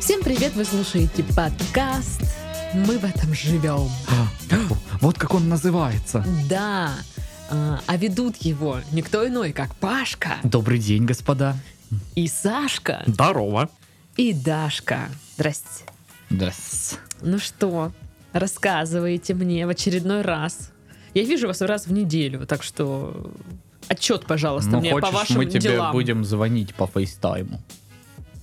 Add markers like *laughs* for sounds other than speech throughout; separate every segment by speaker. Speaker 1: Всем привет, вы слушаете подкаст «Мы в этом живем».
Speaker 2: А, Вот как он называется.
Speaker 1: Да, а а ведут его никто иной, как Пашка
Speaker 2: Добрый день, господа.
Speaker 1: и Сашка
Speaker 2: Здорово.
Speaker 1: и Дашка. Здрасте.
Speaker 2: Да.
Speaker 1: Ну что, рассказываете мне в очередной раз. Я вижу вас раз в неделю, так что отчет, пожалуйста,
Speaker 2: Ну,
Speaker 1: мне по
Speaker 2: хочешь,
Speaker 1: вашим
Speaker 2: мы тебе
Speaker 1: делам.
Speaker 2: будем звонить по фейстайму.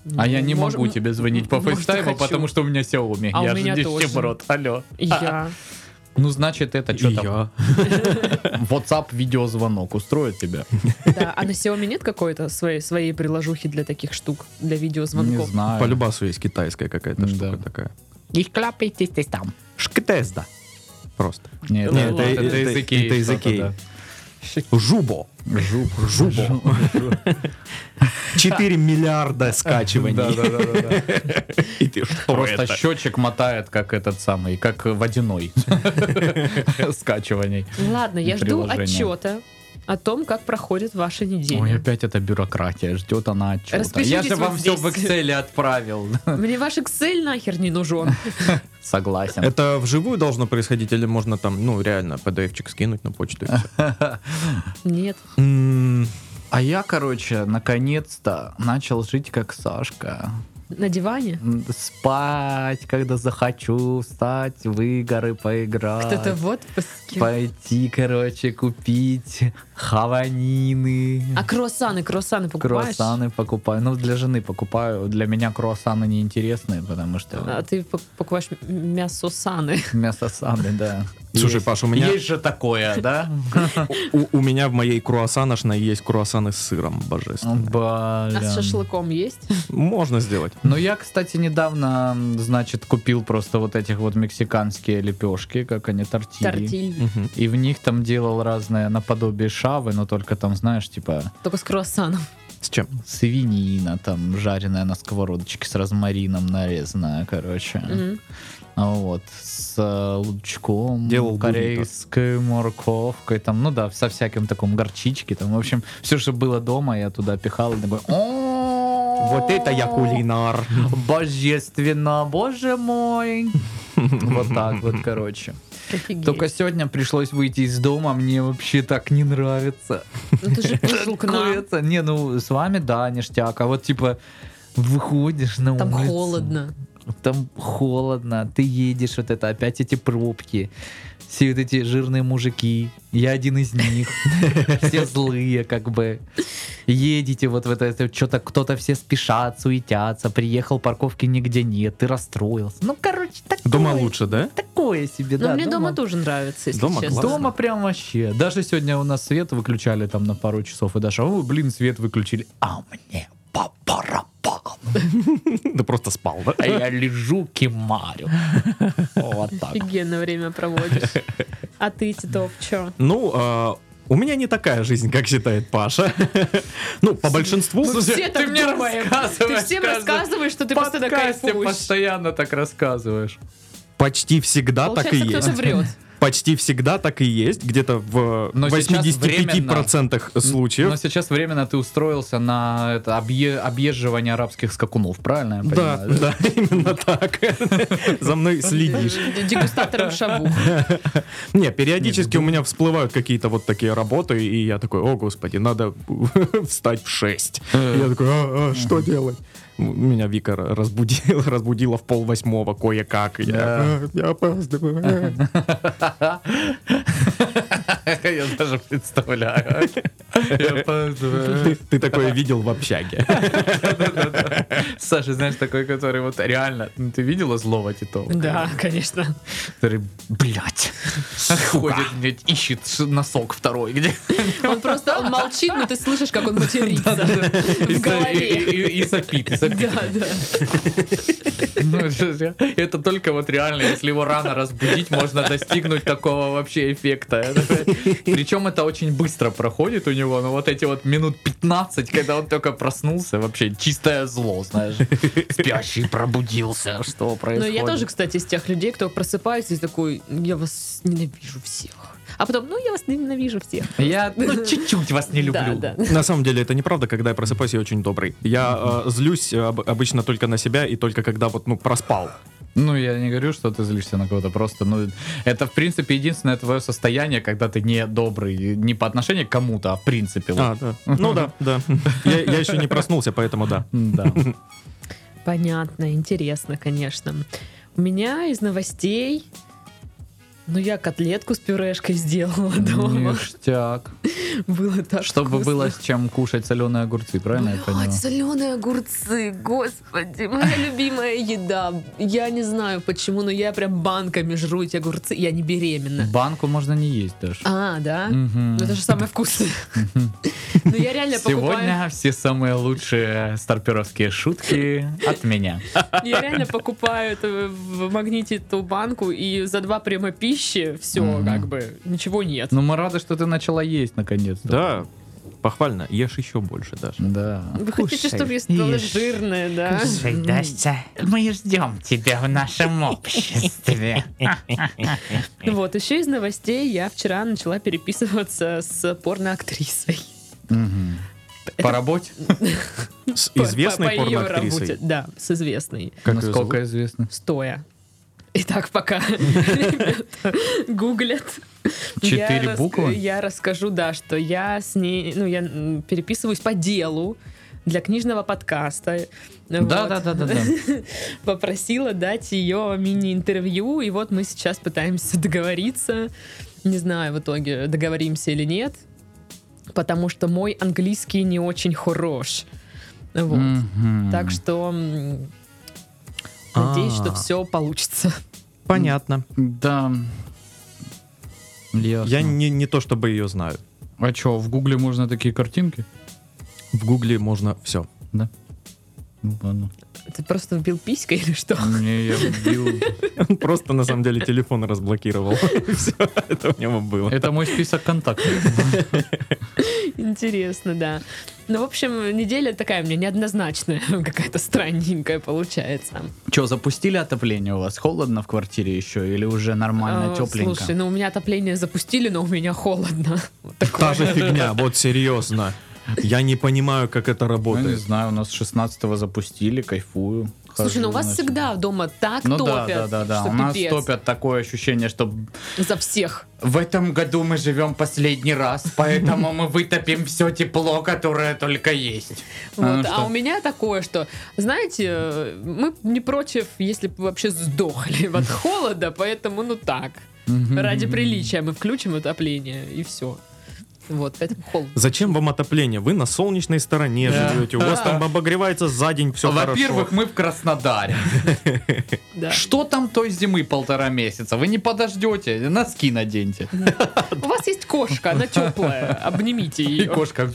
Speaker 1: Ну,
Speaker 2: А я не
Speaker 1: мож-
Speaker 2: могу тебе звонить по
Speaker 1: может, и
Speaker 2: фейстайму,
Speaker 1: хочу.
Speaker 2: потому что у меня Xiaomi.
Speaker 1: А у
Speaker 2: я
Speaker 1: меня
Speaker 2: же
Speaker 1: тоже.
Speaker 2: нищеброд. Алло.
Speaker 1: Я.
Speaker 2: *laughs* Ну, значит, это что там? *laughs* WhatsApp видеозвонок устроит тебя?
Speaker 1: Да, а на Xiaomi нет какой-то своей, своей приложухи для таких штук, для
Speaker 2: Не
Speaker 1: видеозвонков?
Speaker 2: знаю.
Speaker 3: По любасу есть китайская какая-то
Speaker 2: А. Да.
Speaker 3: штука такая.
Speaker 2: И клапайтесь там.
Speaker 3: Шктезда. Просто.
Speaker 2: Нет,
Speaker 1: Ну,
Speaker 2: нет,
Speaker 1: ладно.
Speaker 2: это,
Speaker 3: Это-
Speaker 2: из Икеи
Speaker 3: это из
Speaker 2: что-то,
Speaker 3: Икеи.
Speaker 2: да.
Speaker 3: Жубо.
Speaker 2: Жуб,
Speaker 3: Жубо.
Speaker 2: *laughs*
Speaker 3: 4 миллиарда
Speaker 2: Да,
Speaker 3: скачиваний.
Speaker 2: да, да, да, да.
Speaker 3: *laughs* И ты что
Speaker 2: Просто
Speaker 3: это?
Speaker 2: счетчик мотает, как этот самый, как
Speaker 3: *laughs*
Speaker 2: водяной скачиваний.
Speaker 1: Ладно, я жду
Speaker 2: Приложение.
Speaker 1: отчета о том, как проходит ваша неделя.
Speaker 2: Ой, опять эта бюрократия, ждет она отчета.
Speaker 1: Распишитесь
Speaker 2: Я же вам
Speaker 1: вот
Speaker 2: все в
Speaker 1: здесь.
Speaker 2: Excel отправил. *laughs*
Speaker 1: Мне ваш Excel нахер не нужен.
Speaker 2: Согласен.
Speaker 3: Это вживую должно происходить или можно там, ну, реально, PDF-чик скинуть на почту? и всё?
Speaker 1: Нет.
Speaker 3: М,
Speaker 2: А я, короче, наконец-то начал жить как Сашка.
Speaker 1: На диване?
Speaker 2: М, Спать, когда захочу, встать, в игры поиграть.
Speaker 1: Кто-то в отпуске.
Speaker 2: Пойти, короче, купить хаванины.
Speaker 1: А круассаны, круассаны покупаешь?
Speaker 2: Круассаны покупаю. Ну, для жены покупаю. Для меня круассаны неинтересны, потому
Speaker 1: А
Speaker 2: что
Speaker 1: ты пок- покупаешь м- мясо-саны.
Speaker 2: мясо саны, да.
Speaker 3: Слушай,
Speaker 2: Есть-
Speaker 3: Паш, у меня-
Speaker 2: Есть же такое, да?
Speaker 3: У у меня в моей круассаношной есть круассаны с сыром божественно.
Speaker 1: А с
Speaker 2: Блин.
Speaker 1: шашлыком есть?
Speaker 3: Можно сделать.
Speaker 2: Ну, я, кстати, недавно, м, значит, купил просто вот этих вот мексиканские лепешки, как они, тортильи.
Speaker 1: Тортиль.
Speaker 3: Мгм.
Speaker 2: И в них там делал разное наподобие шавы, но только там, знаешь, типа
Speaker 1: Только с круассаном.
Speaker 3: С чем?
Speaker 2: свинина там жареная на сковородочке с розмарином нарезанная, короче.
Speaker 1: Мгм.
Speaker 2: А Вот, с э, лучком,
Speaker 3: Делал
Speaker 2: корейской морковкой, там, ну да, со всяким таком горчички, там, в общем, все, что было дома, я туда пихал и такой, «О,
Speaker 3: Вот это я кулинар.
Speaker 2: Божественно, боже мой. Вот так вот, короче.
Speaker 1: Офигеть.
Speaker 2: Только сегодня пришлось выйти из дома, мне вообще так не нравится.
Speaker 1: Ну ты же пришел
Speaker 2: *laughs*
Speaker 1: к нам.
Speaker 2: Курица. Не, ну с вами, да, ништяк. А вот типа выходишь на
Speaker 1: Там
Speaker 2: улицу.
Speaker 1: холодно.
Speaker 2: Там холодно. Ты едешь, вот это опять эти пробки. Все вот эти жирные мужики. Я один из них. *laughs* Все злые, как бы. Едете вот в это, что-то кто-то все спешат, суетятся. Приехал, парковки нигде нет. Ты расстроился. Ну, короче, такое.
Speaker 3: Дома лучше, да? *laughs*
Speaker 2: Такое себе,
Speaker 1: Но
Speaker 2: да.
Speaker 1: Ну, мне дома тоже нравится, если
Speaker 3: Дома
Speaker 1: честно.
Speaker 3: классно.
Speaker 2: Дома прям вообще. Даже сегодня у нас свет выключали там на пару часов. И Даша, о, блин, свет выключили. А мне по барабану.
Speaker 3: Да просто спал, да?
Speaker 2: А я лежу, кемарю. Вот так.
Speaker 1: Офигенно время проводишь.
Speaker 2: *laughs*
Speaker 1: А ты, Титов, чё?
Speaker 3: Ну, а, у меня не такая жизнь, как считает Паша. *laughs* Ну, по большинству...
Speaker 1: Все так думаем. Ты всем рассказываешь, что ты постоянно кайфуешь.
Speaker 2: постоянно так рассказываешь.
Speaker 3: Почти всегда так и
Speaker 1: Получается, кто-то
Speaker 3: есть. *laughs*
Speaker 1: врет.
Speaker 3: Почти всегда так и есть. Где-то в
Speaker 2: Но сейчас
Speaker 3: 85%
Speaker 2: Но
Speaker 3: случаев.
Speaker 2: сейчас временно ты устроился на это объе- объезживание арабских скакунов, правильно? я
Speaker 3: Да,
Speaker 2: понимаю,
Speaker 3: *laughs* да, именно так. *laughs* За мной следишь.
Speaker 1: Дегустатором шаву.
Speaker 3: Не, периодически у меня всплывают какие-то вот такие работы, и я такой, о, господи, надо *laughs* встать в 6. Я такой, «А, а, что делать? М, Меня Вика разбудила, *laughs* разбудила в пол восьмого кое-как. и Я, «А, я опаздываю. а».
Speaker 2: *laughs* Я даже представляю. Я понимаю.
Speaker 3: Ты- Ты такое видел в общаге.
Speaker 2: Саша, знаешь, такой, который вот реально... Ну, Ты видела злого Титова?
Speaker 1: Да, конечно.
Speaker 2: Который, блядь, ходит, блядь, ищет ш- носок второй. Где?
Speaker 1: Он просто он молчит, но ты слышишь, как он матерится
Speaker 2: И,
Speaker 1: в
Speaker 2: со- и-
Speaker 1: голове.
Speaker 2: и- и сопит, и сопит.
Speaker 1: Да, да.
Speaker 2: Ну, это же- это только вот реально, если его рано разбудить, можно достигнуть такого вообще эффекта. Причем это очень быстро проходит у него, но вот эти вот минут 15, когда он только проснулся, вообще чистое зло, знаешь. Спящий пробудился, что
Speaker 1: Но
Speaker 2: происходит.
Speaker 1: я тоже, кстати, из тех людей, кто просыпается и такой, я вас ненавижу всех. А потом, ну, я вас ненавижу всех.
Speaker 2: Я
Speaker 1: *laughs*
Speaker 2: ну, чуть-чуть вас не люблю.
Speaker 1: Да, да.
Speaker 3: *laughs* На самом деле это неправда, когда я просыпаюсь, я очень добрый. Я э, злюсь э, об- обычно только на себя и только когда вот, ну, проспал.
Speaker 2: Ну, я не говорю, что ты злишься на кого-то, просто, ну, это, в принципе, единственное твое состояние, когда ты не добрый, не по отношению к кому-то, а в принципе. вот.
Speaker 3: А, да. Ну да, *laughs* да. Я, я еще не проснулся, поэтому да.
Speaker 2: Да.
Speaker 1: Понятно, интересно, конечно. У меня из новостей... Ну, я котлетку с пюрешкой сделала *laughs* дома.
Speaker 2: Ништяк.
Speaker 1: Было так
Speaker 2: Чтобы
Speaker 1: вкусно.
Speaker 2: было с чем кушать соленые огурцы, правильно я понимаю?
Speaker 1: соленые огурцы, господи, моя любимая еда. Я не знаю почему, но я прям банками жру эти огурцы, я не беременна.
Speaker 2: Банку можно не есть даже.
Speaker 1: А, да?
Speaker 2: Мгм.
Speaker 1: Ну, Это же самое вкусное. Но я реально покупаю...
Speaker 2: *laughs* Сегодня все самые лучшие старперовские шутки от меня.
Speaker 1: Я реально покупаю это в магните эту банку, и за два прямо пищи все,
Speaker 2: Мгм.
Speaker 1: как бы, ничего нет.
Speaker 2: Ну, мы рады, что ты начала есть наконец-то.
Speaker 3: Да, похвально. Ешь еще больше даже.
Speaker 2: Да.
Speaker 1: Вы хотите, чтобы я стала жирная, да? М.
Speaker 2: мы ждем тебя в
Speaker 1: *laughs*
Speaker 2: нашем обществе.
Speaker 1: Вот, еще из новостей я вчера начала переписываться с порноактрисой.
Speaker 2: По работе?
Speaker 3: С
Speaker 1: Ну, По-
Speaker 3: известной
Speaker 1: по- по её работе,
Speaker 3: порноактрисой.
Speaker 1: Да, с известной.
Speaker 3: Как её зовут?
Speaker 2: Насколько известно.
Speaker 1: Стоя. *laughs* Итак, пока ребята гуглят.
Speaker 2: Четыре
Speaker 1: я рас-
Speaker 2: буквы?
Speaker 1: Я расскажу, да, что я с ней, ну, я м, переписываюсь по делу для книжного подкаста. Вот.
Speaker 2: Да, да, да, да, да.
Speaker 1: Попросила дать ее мини-интервью, и вот мы сейчас пытаемся *laughs* договориться. Не знаю, в итоге договоримся или нет, потому что мой английский не очень хорош. *laughs* Вот.
Speaker 2: Мгм.
Speaker 1: Так что м, надеюсь, что
Speaker 3: А.
Speaker 1: все получится. *laughs*
Speaker 3: Понятно.
Speaker 2: Да. Ясно.
Speaker 3: Я не, не то чтобы ее знаю.
Speaker 2: А чё, в Гугле можно такие картинки?
Speaker 3: В Гугле можно все.
Speaker 2: Ну, ладно.
Speaker 1: Ты просто вбил писька или что? *laughs*
Speaker 2: Не, я вбил.
Speaker 3: Просто на самом деле телефон разблокировал. *laughs* Все, это у него было.
Speaker 2: Это мой список контактов.
Speaker 1: Интересно, да. Ну, в общем, неделя такая у меня неоднозначная, *laughs* какая-то странненькая получается.
Speaker 2: Че, запустили отопление у вас? Холодно в квартире еще или уже нормально,
Speaker 1: А,
Speaker 2: тепленько?
Speaker 1: Слушай, ну у меня отопление запустили, но у меня холодно. *laughs* Вот такое.
Speaker 3: Та же фигня, вот серьезно. Я не понимаю, как это
Speaker 2: Ну, не
Speaker 3: работает.
Speaker 2: знаю, у нас 16-го запустили, кайфую.
Speaker 1: Слушай, ну у
Speaker 2: Хожу,
Speaker 1: вас
Speaker 2: значит.
Speaker 1: всегда дома так
Speaker 2: ну
Speaker 1: топят,
Speaker 2: да, да, да, да.
Speaker 1: что
Speaker 2: У нас
Speaker 1: пипец.
Speaker 2: топят такое ощущение, что
Speaker 1: За всех.
Speaker 2: в этом году мы живем последний раз, поэтому мы вытопим все тепло, которое только есть.
Speaker 1: Вот.
Speaker 2: ну
Speaker 1: А
Speaker 2: что?
Speaker 1: у меня такое, что, знаете, э, мы не против, если бы вообще сдохли *laughs* от холода, поэтому ну так. Ради приличия мы включим отопление и все. Вот, поэтому холодно.
Speaker 3: Зачем вам отопление? Вы на солнечной стороне
Speaker 2: Да.
Speaker 3: живете. У вас
Speaker 2: Да.
Speaker 3: там обогревается за день все
Speaker 2: Во-первых,
Speaker 3: хорошо.
Speaker 2: мы в Краснодаре.
Speaker 1: Да.
Speaker 2: Что там той зимы полтора месяца? Вы не подождете, носки наденьте.
Speaker 1: У вас есть кошка, она теплая, обнимите
Speaker 2: И
Speaker 1: ее.
Speaker 2: кошка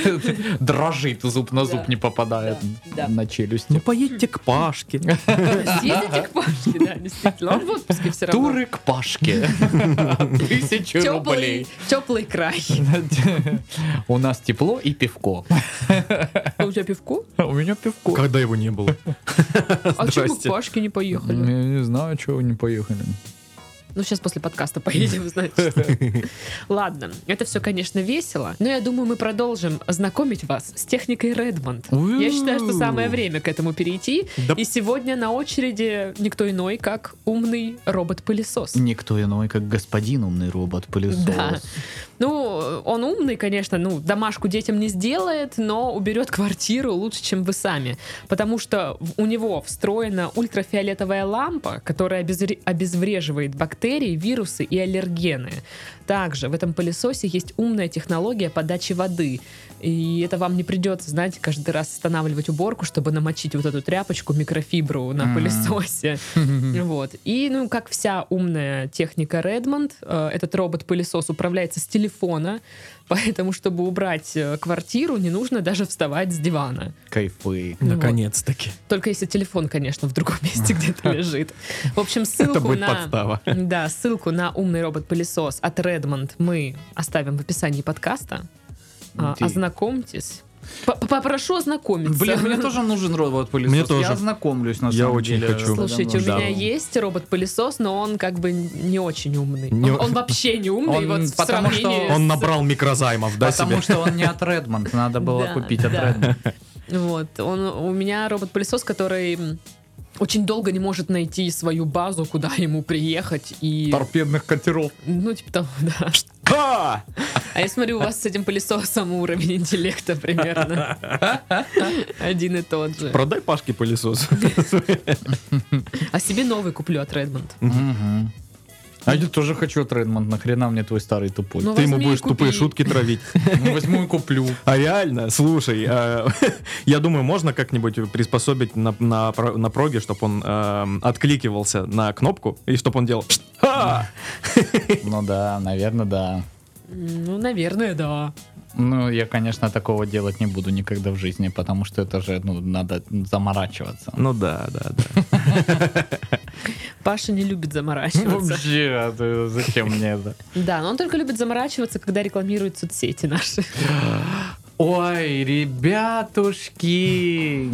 Speaker 2: *laughs* дрожит, зуб на
Speaker 1: Да.
Speaker 2: зуб не попадает
Speaker 1: Да.
Speaker 2: на челюсть.
Speaker 3: Ну поедьте к Пашке.
Speaker 1: Съездите к Пашке, да, действительно. Он в отпуске все равно.
Speaker 2: Туры к *laughs* Пашке. Тысячу
Speaker 1: Теплый,
Speaker 2: рублей.
Speaker 1: теплый
Speaker 2: *laughs*
Speaker 1: край.
Speaker 2: У нас тепло и
Speaker 3: *laughs*
Speaker 2: пивко.
Speaker 1: А у тебя пивко?
Speaker 2: У меня пивко.
Speaker 3: *laughs* Когда его не было?
Speaker 1: А чего мы к
Speaker 3: Здрасте.
Speaker 1: Пашке не
Speaker 2: Я
Speaker 1: поехали?
Speaker 2: не знаю, чего вы не поехали.
Speaker 1: Ну, сейчас после подкаста поедем, знаете. Ладно, это все, конечно, весело, но я думаю, мы продолжим знакомить вас с техникой Redmond. Я считаю, что самое время к этому перейти.
Speaker 3: Да.
Speaker 1: И сегодня на очереди никто иной, как умный робот-пылесос.
Speaker 2: Никто иной, как господин умный робот-пылесос.
Speaker 1: Да. Ну, он умный, конечно, ну, домашку детям не сделает, но уберет квартиру лучше, чем вы сами. Потому что в- у него встроена ультрафиолетовая лампа, которая обезре- обезвреживает бактерии, вирусы и аллергены. Также в этом пылесосе есть умная технология подачи воды. И это вам не придется, знаете, каждый раз останавливать уборку, чтобы намочить вот эту тряпочку, микрофибру на
Speaker 2: Мгм.
Speaker 1: пылесосе. Вот. И, ну, как вся умная техника Redmond, э, этот робот-пылесос управляется с телефона, *laughs* поэтому, чтобы убрать э, квартиру, не нужно даже вставать с дивана.
Speaker 2: *laughs* Кайфы.
Speaker 3: *laughs* Наконец-таки.
Speaker 1: Только если телефон, конечно, в другом *laughs* месте
Speaker 3: *laughs*
Speaker 1: где-то лежит. В общем,
Speaker 3: Это
Speaker 1: ссылку
Speaker 3: будет
Speaker 1: на...
Speaker 3: подстава.
Speaker 1: Да, ссылку на умный робот-пылесос от Redmond мы оставим в описании подкаста. А,
Speaker 2: Ты-
Speaker 1: Ознакомьтесь. П- п- Попрошу ознакомиться.
Speaker 2: Блин, мне тоже нужен робот-пылесос.
Speaker 3: Мне тоже.
Speaker 2: Я знакомлюсь, на
Speaker 3: Я
Speaker 2: самом
Speaker 3: очень
Speaker 2: деле,
Speaker 3: хочу.
Speaker 1: Слушайте, у
Speaker 2: давно.
Speaker 1: меня есть робот-пылесос, но он как бы не очень умный.
Speaker 3: Не-
Speaker 1: Он, он вообще не умный,
Speaker 2: Он-
Speaker 1: вот в
Speaker 2: потому что
Speaker 1: сравнении
Speaker 3: Он
Speaker 1: с-
Speaker 3: набрал микрозаймов, да,
Speaker 2: Потому
Speaker 3: себе?
Speaker 2: что он не от Redmond, надо было
Speaker 1: Да,
Speaker 2: купить от
Speaker 1: да.
Speaker 2: Redmond.
Speaker 1: Вот, он, у меня робот-пылесос, который м, очень долго не может найти свою базу, куда ему приехать и...
Speaker 2: Торпедных катеров.
Speaker 1: Ну, типа того, *laughs* да.
Speaker 3: Ха!
Speaker 1: А я смотрю, у вас с этим пылесосом уровень интеллекта примерно *laughs* один и тот же.
Speaker 3: Продай Пашке пылесос.
Speaker 1: А себе новый куплю от Redmond.
Speaker 2: А я тоже хочу от Redmond, нахрена мне твой старый тупой.
Speaker 1: Ну,
Speaker 3: Ты ему
Speaker 1: возьми и
Speaker 3: будешь тупые
Speaker 1: купи.
Speaker 3: шутки *laughs* травить.
Speaker 2: Ну, возьму и куплю.
Speaker 3: А реально, слушай, э, *laughs* я думаю, можно как-нибудь приспособить на, на, про- на проге, чтобы он эм, откликивался на кнопку, и чтобы он делал... «Ха!»
Speaker 2: Ну да, наверное, да.
Speaker 1: Ну, наверное, да.
Speaker 2: Ну, я, конечно, такого делать не буду никогда в жизни, потому что это же, ну, надо заморачиваться.
Speaker 3: Ну да, да, да.
Speaker 1: Паша не любит заморачиваться.
Speaker 2: Вообще, а ты- зачем мне это?
Speaker 1: Да, но он только любит заморачиваться, когда рекламирует соцсети наши.
Speaker 2: Ой, ребятушки,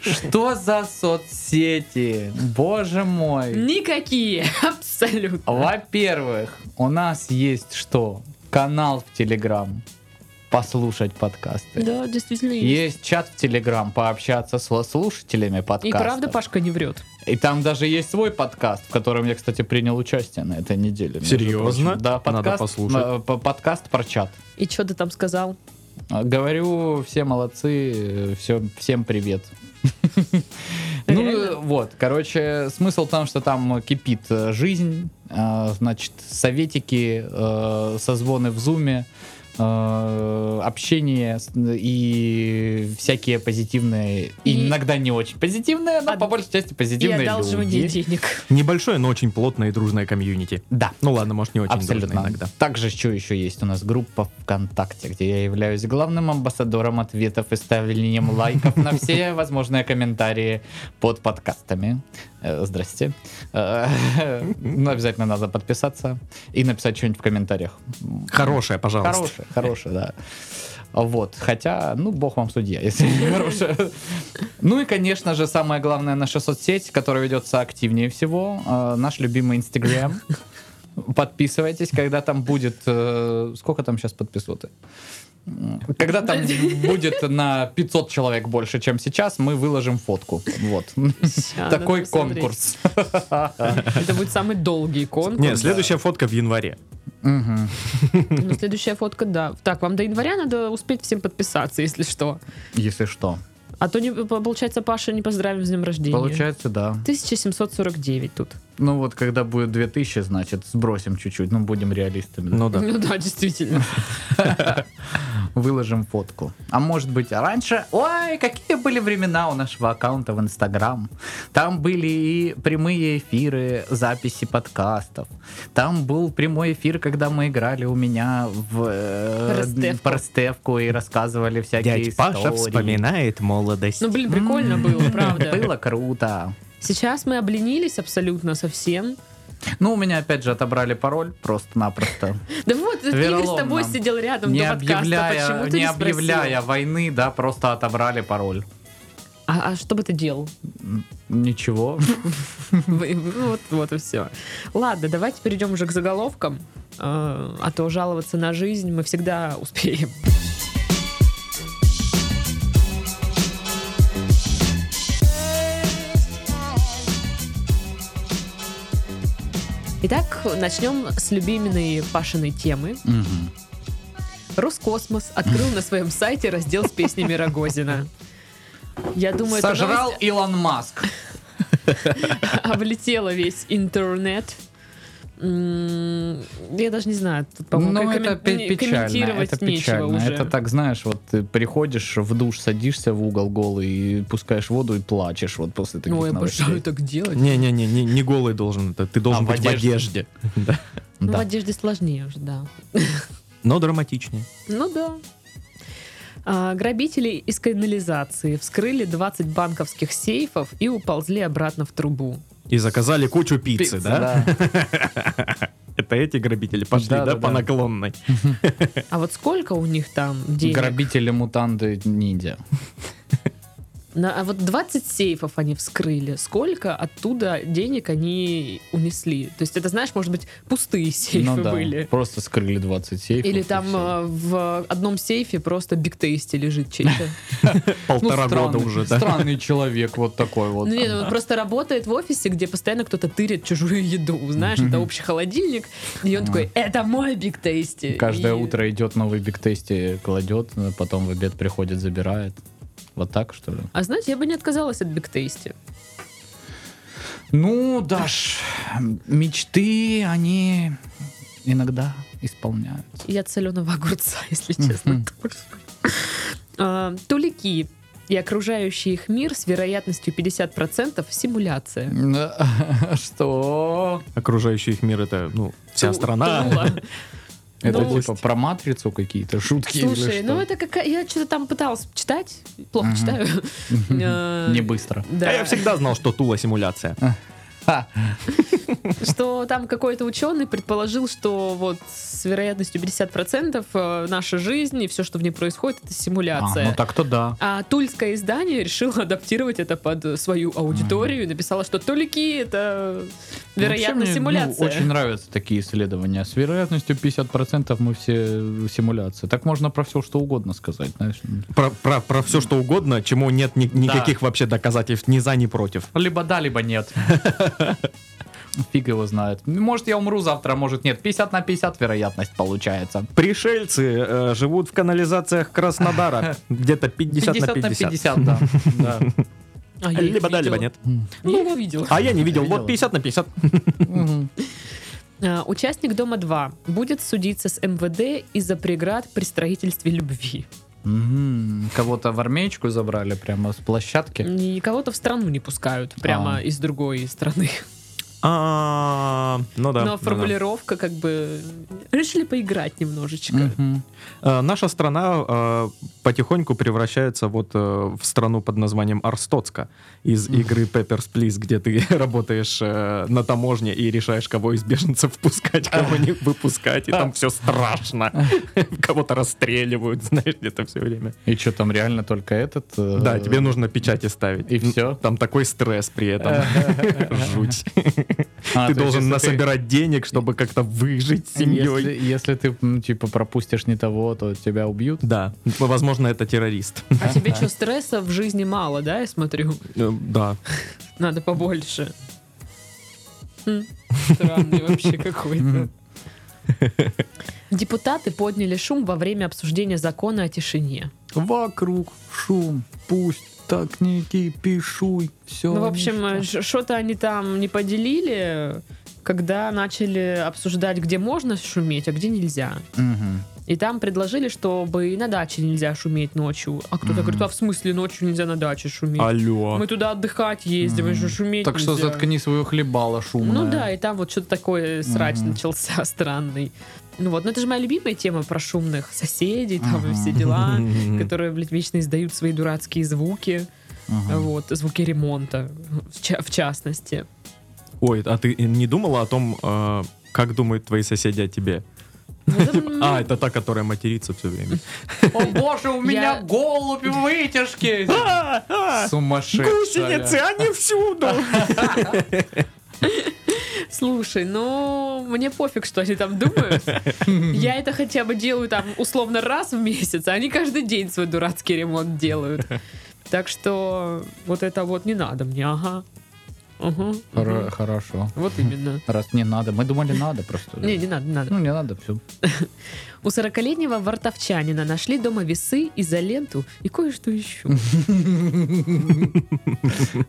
Speaker 2: что за соцсети? Боже мой.
Speaker 1: Никакие, *laughs* абсолютно.
Speaker 2: Во-первых, у нас есть что? Канал в Телеграм, послушать подкасты.
Speaker 1: Да, действительно есть.
Speaker 2: Есть чат в Телеграм, пообщаться с слушателями
Speaker 1: И
Speaker 2: подкастов.
Speaker 1: правда Пашка не врет.
Speaker 2: И там даже есть свой подкаст, в котором я, кстати, принял участие на этой неделе. между
Speaker 3: Серьезно?
Speaker 2: прочим. Да,
Speaker 3: Надо
Speaker 2: подкаст,
Speaker 3: послушать.
Speaker 2: э, по- подкаст про чат.
Speaker 1: И что ты там сказал?
Speaker 2: А, Говорю, все молодцы, э, все, всем привет. *laughs* Ну э,
Speaker 1: Реально?
Speaker 2: вот, короче, смысл в том, что там кипит э, жизнь, э, значит, советики, э, созвоны в зуме, э, общение с- и всякие позитивные,
Speaker 1: И-
Speaker 2: иногда не очень позитивные, но
Speaker 1: Од-
Speaker 2: по большей части
Speaker 1: И
Speaker 2: позитивные
Speaker 1: отдал же мне
Speaker 2: люди.
Speaker 1: денег.
Speaker 3: Небольшое, но очень плотное и дружное комьюнити.
Speaker 2: Да.
Speaker 3: Ну ладно, может, не очень
Speaker 2: Абсолютно.
Speaker 3: дружное иногда.
Speaker 2: Также что еще есть у нас группа ВКонтакте, где я являюсь главным амбассадором ответов и ставлением лайков на
Speaker 3: *laughs*
Speaker 2: все возможные комментарии под подкастами. Э, Здрасте. Э, *laughs* Ну, обязательно надо подписаться и написать что-нибудь в комментариях.
Speaker 3: Хорошее, пожалуйста.
Speaker 2: Хорошее, хорошее, да. Вот, хотя, ну, бог вам судья, *laughs* если не хорошее. Ну и, конечно же, самая главная наша соцсеть, которая ведется активнее всего, э, наш любимый Инстаграм. Подписывайтесь, когда там будет... э, Сколько там сейчас подписоты? М, Когда там будет на 500 человек больше, чем сейчас, мы выложим фотку. Вот.
Speaker 1: Ща,
Speaker 2: *laughs* Такой
Speaker 1: надо посмотреть.
Speaker 2: конкурс.
Speaker 1: Это будет самый долгий конкурс.
Speaker 3: Не, следующая фотка в январе.
Speaker 2: Мгм.
Speaker 1: Ну, следующая фотка, да. Так, вам до января надо успеть всем подписаться, если что.
Speaker 2: Если что.
Speaker 1: А то, не, получается, Паша не поздравим с днем рождения.
Speaker 2: Получается, да.
Speaker 1: 1749 тут.
Speaker 2: Ну вот, когда будет 2000, значит, сбросим чуть-чуть, ну будем реалистами. да.
Speaker 3: Ну да.
Speaker 1: Ну да, действительно.
Speaker 2: Выложим фотку. А может быть, а раньше... Ой, какие были времена у нашего аккаунта в Инстаграм. Там были и прямые эфиры, записи подкастов. Там был прямой эфир, когда мы играли у меня в э,
Speaker 1: Ростевку.
Speaker 2: простевку и рассказывали всякие истории.
Speaker 3: молодость.
Speaker 1: Ну, блин, прикольно
Speaker 2: *laughs*
Speaker 1: было, правда.
Speaker 2: Было круто.
Speaker 1: Сейчас мы обленились абсолютно совсем.
Speaker 2: Ну, у меня опять же отобрали пароль просто-напросто.
Speaker 1: Да вот, Игорь с
Speaker 2: Вероломно.
Speaker 1: тобой сидел рядом
Speaker 2: не
Speaker 1: до подкаста. Почему
Speaker 2: объявляя,
Speaker 1: ты
Speaker 2: не
Speaker 1: не спросил?
Speaker 2: объявляя войны, да, просто отобрали пароль.
Speaker 1: А, а что бы ты
Speaker 2: *laughs*
Speaker 1: делал?
Speaker 2: Ничего.
Speaker 1: Вы- ну, Вот, вот и все. Ладно, давайте перейдем уже к заголовкам. Э, А то жаловаться на жизнь мы всегда успеем. Итак, начнем с любименной Пашиной темы.
Speaker 2: Мгм.
Speaker 1: Роскосмос открыл на своем сайте раздел с песнями Рогозина. Я думаю, это
Speaker 2: Сожрал Илон Маск.
Speaker 1: *laughs* облетела весь интернет. М, Я даже не знаю, тут, по-моему,
Speaker 2: Ну,
Speaker 1: коммен-
Speaker 2: это
Speaker 1: не-
Speaker 2: пе- печально,
Speaker 1: комментировать
Speaker 2: это
Speaker 1: нечего
Speaker 2: печально.
Speaker 1: уже.
Speaker 2: Это так, знаешь, вот ты приходишь в душ, садишься в угол голый и пускаешь воду и плачешь вот после таких
Speaker 1: Ой, обожаю
Speaker 2: новостей. Ну,
Speaker 1: так делать.
Speaker 3: Не-не-не, не, не голый должен это. Ты должен
Speaker 2: А, в
Speaker 3: быть в
Speaker 2: одежде.
Speaker 3: одежде. Да.
Speaker 1: Ну, в
Speaker 2: Да.
Speaker 1: одежде сложнее уже, да.
Speaker 3: Но драматичнее.
Speaker 1: Ну да. А, грабители из канализации вскрыли 20 банковских сейфов и уползли обратно в трубу.
Speaker 2: *laughs*
Speaker 3: И заказали кучу пиццы,
Speaker 2: Пицца,
Speaker 3: да?
Speaker 2: да.
Speaker 3: это эти грабители пошли, да,
Speaker 4: Да-да-да.
Speaker 3: по наклонной.
Speaker 1: А вот сколько у них там денег?
Speaker 2: Грабители мутанты ниндзя.
Speaker 1: На- а вот 20 сейфов они вскрыли. Сколько оттуда денег они унесли? То есть это, знаешь, может быть, пустые *laughs* сейфы
Speaker 2: Ну да,
Speaker 1: были.
Speaker 2: просто скрыли 20 сейфов.
Speaker 1: Или
Speaker 2: и
Speaker 1: там
Speaker 2: всё.
Speaker 1: э, в одном сейфе просто биг тейсти лежит чей-то.
Speaker 2: Ну,
Speaker 3: Полтора года
Speaker 2: странный-
Speaker 3: уже, да?
Speaker 2: Странный человек вот такой *laughs* вот.
Speaker 1: Ну, нет, он просто работает в офисе, где постоянно кто-то тырит чужую еду. Знаешь, это общий холодильник. И он такой, это мой биг тейсти.
Speaker 2: Каждое
Speaker 1: И-
Speaker 2: утро идет новый биг тесте, кладет, э, потом в обед приходит, забирает. Вот так, что ли?
Speaker 1: А знаете, я бы не отказалась от биг тейсти.
Speaker 2: Ну, Даш, мечты, они иногда исполняются.
Speaker 1: Я от соленого огурца, *laughs* если честно. тоже. А, Тулики и окружающий их мир с вероятностью 50% симуляция.
Speaker 2: *laughs* Что?
Speaker 3: Окружающий их мир это, ну, вся
Speaker 1: Ту-
Speaker 2: *laughs*
Speaker 3: страна.
Speaker 1: Тула.
Speaker 2: Это
Speaker 1: Ну,
Speaker 2: типа про матрицу какие-то шутки или
Speaker 1: Слушай,
Speaker 2: что?
Speaker 1: ну это какая... Я что-то там пыталась читать. Плохо
Speaker 2: Мгм.
Speaker 1: читаю. Э,
Speaker 2: Не быстро. А,
Speaker 1: Да.
Speaker 3: *laughs* А я всегда знал, что Тула симуляция.
Speaker 1: А, что там какой-то ученый предположил, что вот с вероятностью 50% э, наша жизнь и все, что в ней происходит, это
Speaker 2: А,
Speaker 1: симуляция.
Speaker 2: ну так-то да.
Speaker 1: А тульское издание решило адаптировать это под э, свою аудиторию и написало, что тулики — это, вероятно,
Speaker 2: Вообще мне, ну,
Speaker 1: симуляция.
Speaker 2: очень нравятся такие исследования. С вероятностью 50% мы все симуляции. Так можно про все что угодно сказать, знаешь.
Speaker 3: Про, про, про все что угодно, чему нет ни- никаких вообще доказательств ни за, ни против.
Speaker 2: Либо да, либо нет. *laughs* Фиг его знает. Может, я умру завтра, а может, нет. 50 на 50 вероятность получается.
Speaker 3: Пришельцы э, живут в канализациях
Speaker 1: *laughs*
Speaker 3: Краснодара. Где-то 50, на 50.
Speaker 2: да. да.
Speaker 1: А я их
Speaker 3: Либо да,
Speaker 1: видела.
Speaker 3: либо нет.
Speaker 1: Я их видела.
Speaker 3: А я не видел.
Speaker 1: *laughs*
Speaker 2: Видела.
Speaker 3: Вот 50 на 50.
Speaker 2: Мгм.
Speaker 1: А, Участник «Дома-2» будет судиться с МВД из-за преград при строительстве любви.
Speaker 2: Мгм. Кого-то в армеечку забрали прямо с площадки.
Speaker 1: И кого-то в страну не пускают, прямо
Speaker 2: Э. А.
Speaker 1: из другой страны.
Speaker 3: А, Ну да.
Speaker 1: Но
Speaker 3: ну да.
Speaker 1: формулировка как бы... Решили поиграть немножечко.
Speaker 2: Мгм.
Speaker 3: Э, Наша страна э, потихоньку превращается вот э, в страну под названием Арстоцка из игры Peppers Please, где ты *laughs* работаешь э, на таможне и решаешь, кого из беженцев
Speaker 1: *laughs*
Speaker 3: впускать, кого не выпускать, и там все страшно. Кого-то расстреливают, *laughs* знаешь, где-то все время.
Speaker 2: И что там реально только этот? э,
Speaker 3: Да, тебе ну, нужно печати ставить.
Speaker 2: И всё?
Speaker 3: Там такой стресс при этом. *laughs* Жуть.
Speaker 2: А,
Speaker 3: Ты А
Speaker 2: то есть, если
Speaker 3: должен насобирать денег, чтобы как-то выжить с
Speaker 2: Если,
Speaker 3: семьей.
Speaker 2: если ты, ну, типа, пропустишь не того, то тебя убьют.
Speaker 3: Да, возможно, это террорист.
Speaker 1: А тебе что, стресса в жизни мало, да, я смотрю?
Speaker 3: Э, Да.
Speaker 1: Надо побольше.
Speaker 2: *laughs*
Speaker 1: М, Странный вообще какой-то. Депутаты подняли шум во время обсуждения закона о тишине.
Speaker 2: Вокруг шум, пусть так не кипишуй, все.
Speaker 1: Ну, в общем, что-то они там не поделили, когда начали обсуждать, где можно шуметь, а где нельзя. И там предложили, чтобы и на даче нельзя шуметь ночью. А кто-то
Speaker 2: Мгм. А,
Speaker 1: говорит, а в смысле ночью нельзя на даче шуметь?
Speaker 3: *laughs* Алло.
Speaker 1: Мы туда отдыхать ездим, и что шуметь
Speaker 2: Так что
Speaker 1: нельзя?»
Speaker 2: заткни свое хлебало шумное.
Speaker 1: Ну да, и там вот что-то такое э, срач
Speaker 2: Мгм.
Speaker 1: начался *laughs* странный. Ну вот, но это же моя любимая тема про шумных соседей, там и
Speaker 2: Ага.
Speaker 1: все дела,
Speaker 3: Мгм.
Speaker 1: которые, блядь, вечно издают свои дурацкие звуки,
Speaker 2: Ага.
Speaker 1: вот, звуки ремонта, в, ча- в частности.
Speaker 3: *laughs* *laughs* Ой, а ты не думала о том, э, как думают твои соседи о тебе?
Speaker 1: Ну, это, м,
Speaker 3: А, это та, которая матерится все *laughs* время.
Speaker 2: О боже, у меня
Speaker 1: Я-
Speaker 2: голубь в вытяжке! *laughs* Сумасшедшая.
Speaker 3: они всюду!
Speaker 1: Слушай, ну, мне пофиг, что они там
Speaker 3: *laughs*
Speaker 1: думают. Я это хотя бы делаю там условно раз в месяц, а они каждый день свой дурацкий ремонт
Speaker 3: *laughs*
Speaker 1: делают. Так что вот это вот не надо мне, ага. Ага,
Speaker 2: Хоро-
Speaker 1: ага.
Speaker 2: Хорошо.
Speaker 1: Вот именно.
Speaker 2: Раз не надо. Мы думали, надо просто.
Speaker 1: Не, не надо, не надо.
Speaker 2: Ну, не надо, все.
Speaker 1: У 40-летнего вартовчанина нашли дома весы, изоленту и кое-что еще.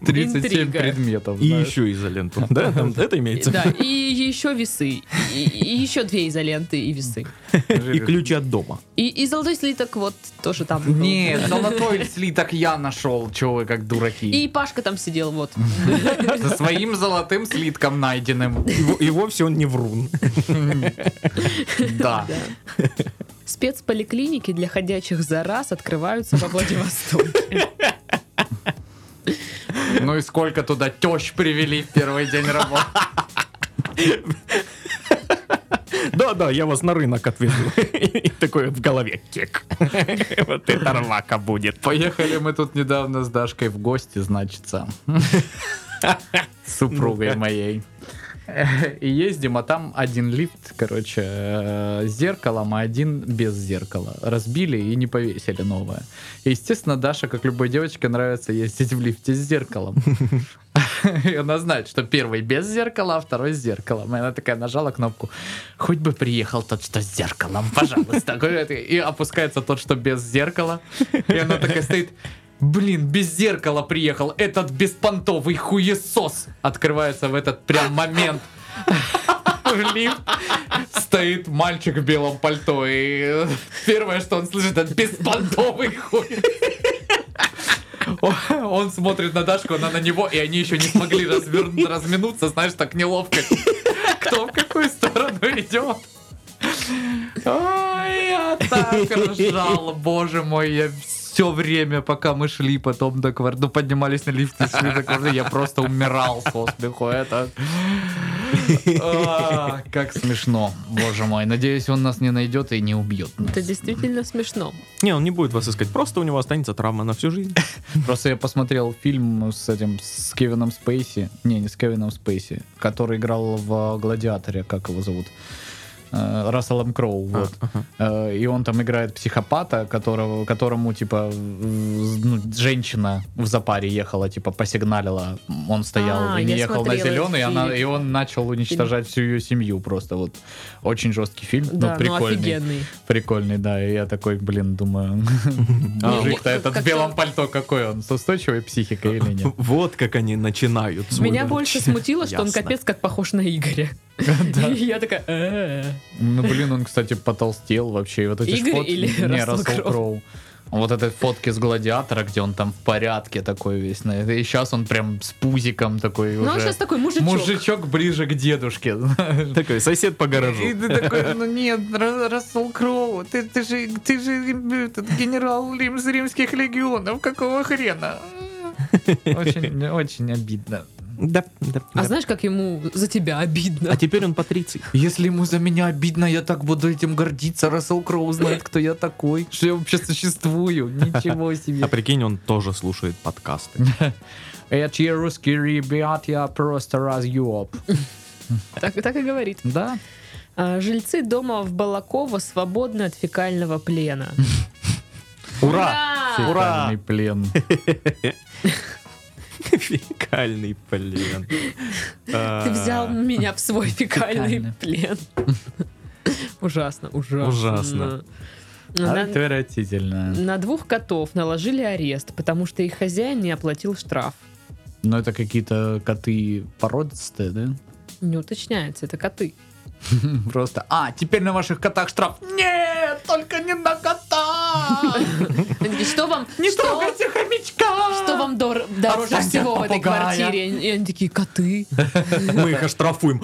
Speaker 2: 37
Speaker 1: Интрига.
Speaker 2: предметов.
Speaker 3: И
Speaker 2: знаешь.
Speaker 3: еще изоленту. Да, там это имеется.
Speaker 1: Да, и еще весы. И, и еще две изоленты и весы.
Speaker 3: И ключи от дома.
Speaker 1: И, и золотой слиток вот тоже там. был.
Speaker 2: Нет, золотой слиток я нашел, чего вы как дураки.
Speaker 1: И Пашка там сидел, вот.
Speaker 2: Со своим золотым слитком найденным.
Speaker 3: И во- И вовсе он не врун.
Speaker 1: *laughs*
Speaker 2: Да.
Speaker 1: Спецполиклиники для ходячих зараз открываются во Владивостоке.
Speaker 2: Ну и сколько туда тещ привели в первый день работы.
Speaker 3: Да-да, я вас на рынок отвезу. *laughs* И такой в голове кек. *laughs* Вот это рвака будет.
Speaker 2: Поехали мы тут недавно с Дашкой в гости, значится. С супругой моей. И ездим, а там один лифт, короче, э, с зеркалом, а один без зеркала. Разбили и не повесили новое. И, естественно, Даша, как любой девочке, нравится ездить в лифте с зеркалом. *laughs* И она знает, что первый без зеркала, а второй с зеркалом. И она такая нажала кнопку. Хоть бы приехал тот, что с зеркалом, пожалуйста. И опускается тот, что без зеркала. И она такая стоит. Блин, без зеркала приехал этот беспонтовый хуесос. Открывается в этот прям момент. В лифт стоит мальчик в белом пальто. И первое, что он слышит, это беспонтовый хуй. Он- *laughs* Он смотрит на Дашку, она на него, и они еще не смогли разверн- разминуться, знаешь, так неловко. Кто в какую сторону идет? Ой, я так ржал, боже мой, я все время, пока мы шли потом до квартиры, ну, поднимались на лифте, шли до квартиры, я просто умирал со смеху, это... А, как смешно, боже мой. Надеюсь, он нас не найдет и не убьет. нас.
Speaker 1: Это действительно смешно.
Speaker 3: Не, он не будет вас искать, просто у него останется травма на всю жизнь.
Speaker 2: Просто я посмотрел фильм с этим, с Кевином Спейси. Не, не с Кевином Спейси, который играл в «Гладиаторе», как его зовут. Э, Расселом Кроу, вот. Э, И он там играет психопата, которого, которому, типа, в- ну, женщина в запаре ехала, типа, посигналила. Он стоял
Speaker 1: А,
Speaker 2: и не
Speaker 1: я
Speaker 2: ехал на
Speaker 1: смотрела
Speaker 2: зеленый, и,
Speaker 1: этот
Speaker 2: она,
Speaker 1: фильм.
Speaker 2: и он начал уничтожать всю ее семью просто. Вот очень жесткий фильм,
Speaker 1: Да,
Speaker 2: но
Speaker 1: ну
Speaker 2: прикольный.
Speaker 1: офигенный.
Speaker 2: Прикольный, да. И я такой, блин, думаю, *laughs* мужик-то
Speaker 1: Ну, вот
Speaker 2: этот в
Speaker 1: как-то-
Speaker 2: белом пальто какой он? С устойчивой психикой или
Speaker 1: *laughs*
Speaker 2: нет?
Speaker 3: Вот как они начинают. свой
Speaker 1: Меня
Speaker 3: день.
Speaker 1: больше смутило, что он
Speaker 3: Ясно.
Speaker 1: капец как похож на Игоря. *laughs* И Я такая... «Э-э».
Speaker 2: Ну, блин, он, кстати, потолстел вообще. И Вот эти ж
Speaker 1: Игорь
Speaker 2: фотки...
Speaker 1: или
Speaker 2: Не,
Speaker 1: Рассел
Speaker 2: Рассел
Speaker 1: Кроу?
Speaker 2: Кроу. Вот этой фотки с Гладиатора, где он там в порядке такой весь. на- И сейчас он прям с пузиком такой
Speaker 1: Ну, он
Speaker 2: уже.
Speaker 1: сейчас такой мужичок.
Speaker 2: Мужичок ближе к дедушке, *laughs* знаешь.
Speaker 3: Такой сосед по
Speaker 2: И
Speaker 3: гаражу.
Speaker 2: ты такой, ну нет, Ра- Рассел Кроу, ты, ты же, ты же этот генерал Рим- римских легионов, какого хрена? Очень, очень обидно.
Speaker 3: Да, да.
Speaker 1: А
Speaker 3: да.
Speaker 1: знаешь, как ему за тебя обидно?
Speaker 3: А теперь он патриций.
Speaker 2: Если ему за меня обидно, я так буду этим гордиться. Рассел Кроу знает, кто я такой, что я вообще существую. Ничего
Speaker 3: А
Speaker 2: себе.
Speaker 3: прикинь, он тоже слушает подкасты.
Speaker 2: Эти русские ребят, я просто разъеб.
Speaker 1: Так, так и говорит.
Speaker 2: Да?
Speaker 1: А, Жильцы дома в Балаково свободны от фекального плена. Ура!
Speaker 2: А. Ура! плен.
Speaker 3: *laughs* Фекальный А, плен.
Speaker 1: Ты взял меня в свой фекальный
Speaker 2: Фекально.
Speaker 1: плен. Ужасно, ужасно.
Speaker 3: Ужасно.
Speaker 2: А
Speaker 1: На-
Speaker 2: Отвратительно.
Speaker 1: На двух котов наложили арест, потому что их хозяин не оплатил штраф.
Speaker 2: Но Ну, это какие-то коты породистые, да?
Speaker 1: Не уточняется, это коты.
Speaker 2: Просто, а, теперь на ваших котах штраф. Нет, только не на
Speaker 1: *laughs*
Speaker 2: кота.
Speaker 1: Они такие, Что *laughs* вам,
Speaker 2: Не
Speaker 1: что,
Speaker 2: трогайте хомячка.
Speaker 1: что вам дор- дороже
Speaker 2: Оставьте
Speaker 1: всего в этой
Speaker 2: попугая.
Speaker 1: квартире? И они такие, коты.
Speaker 3: Мы их оштрафуем.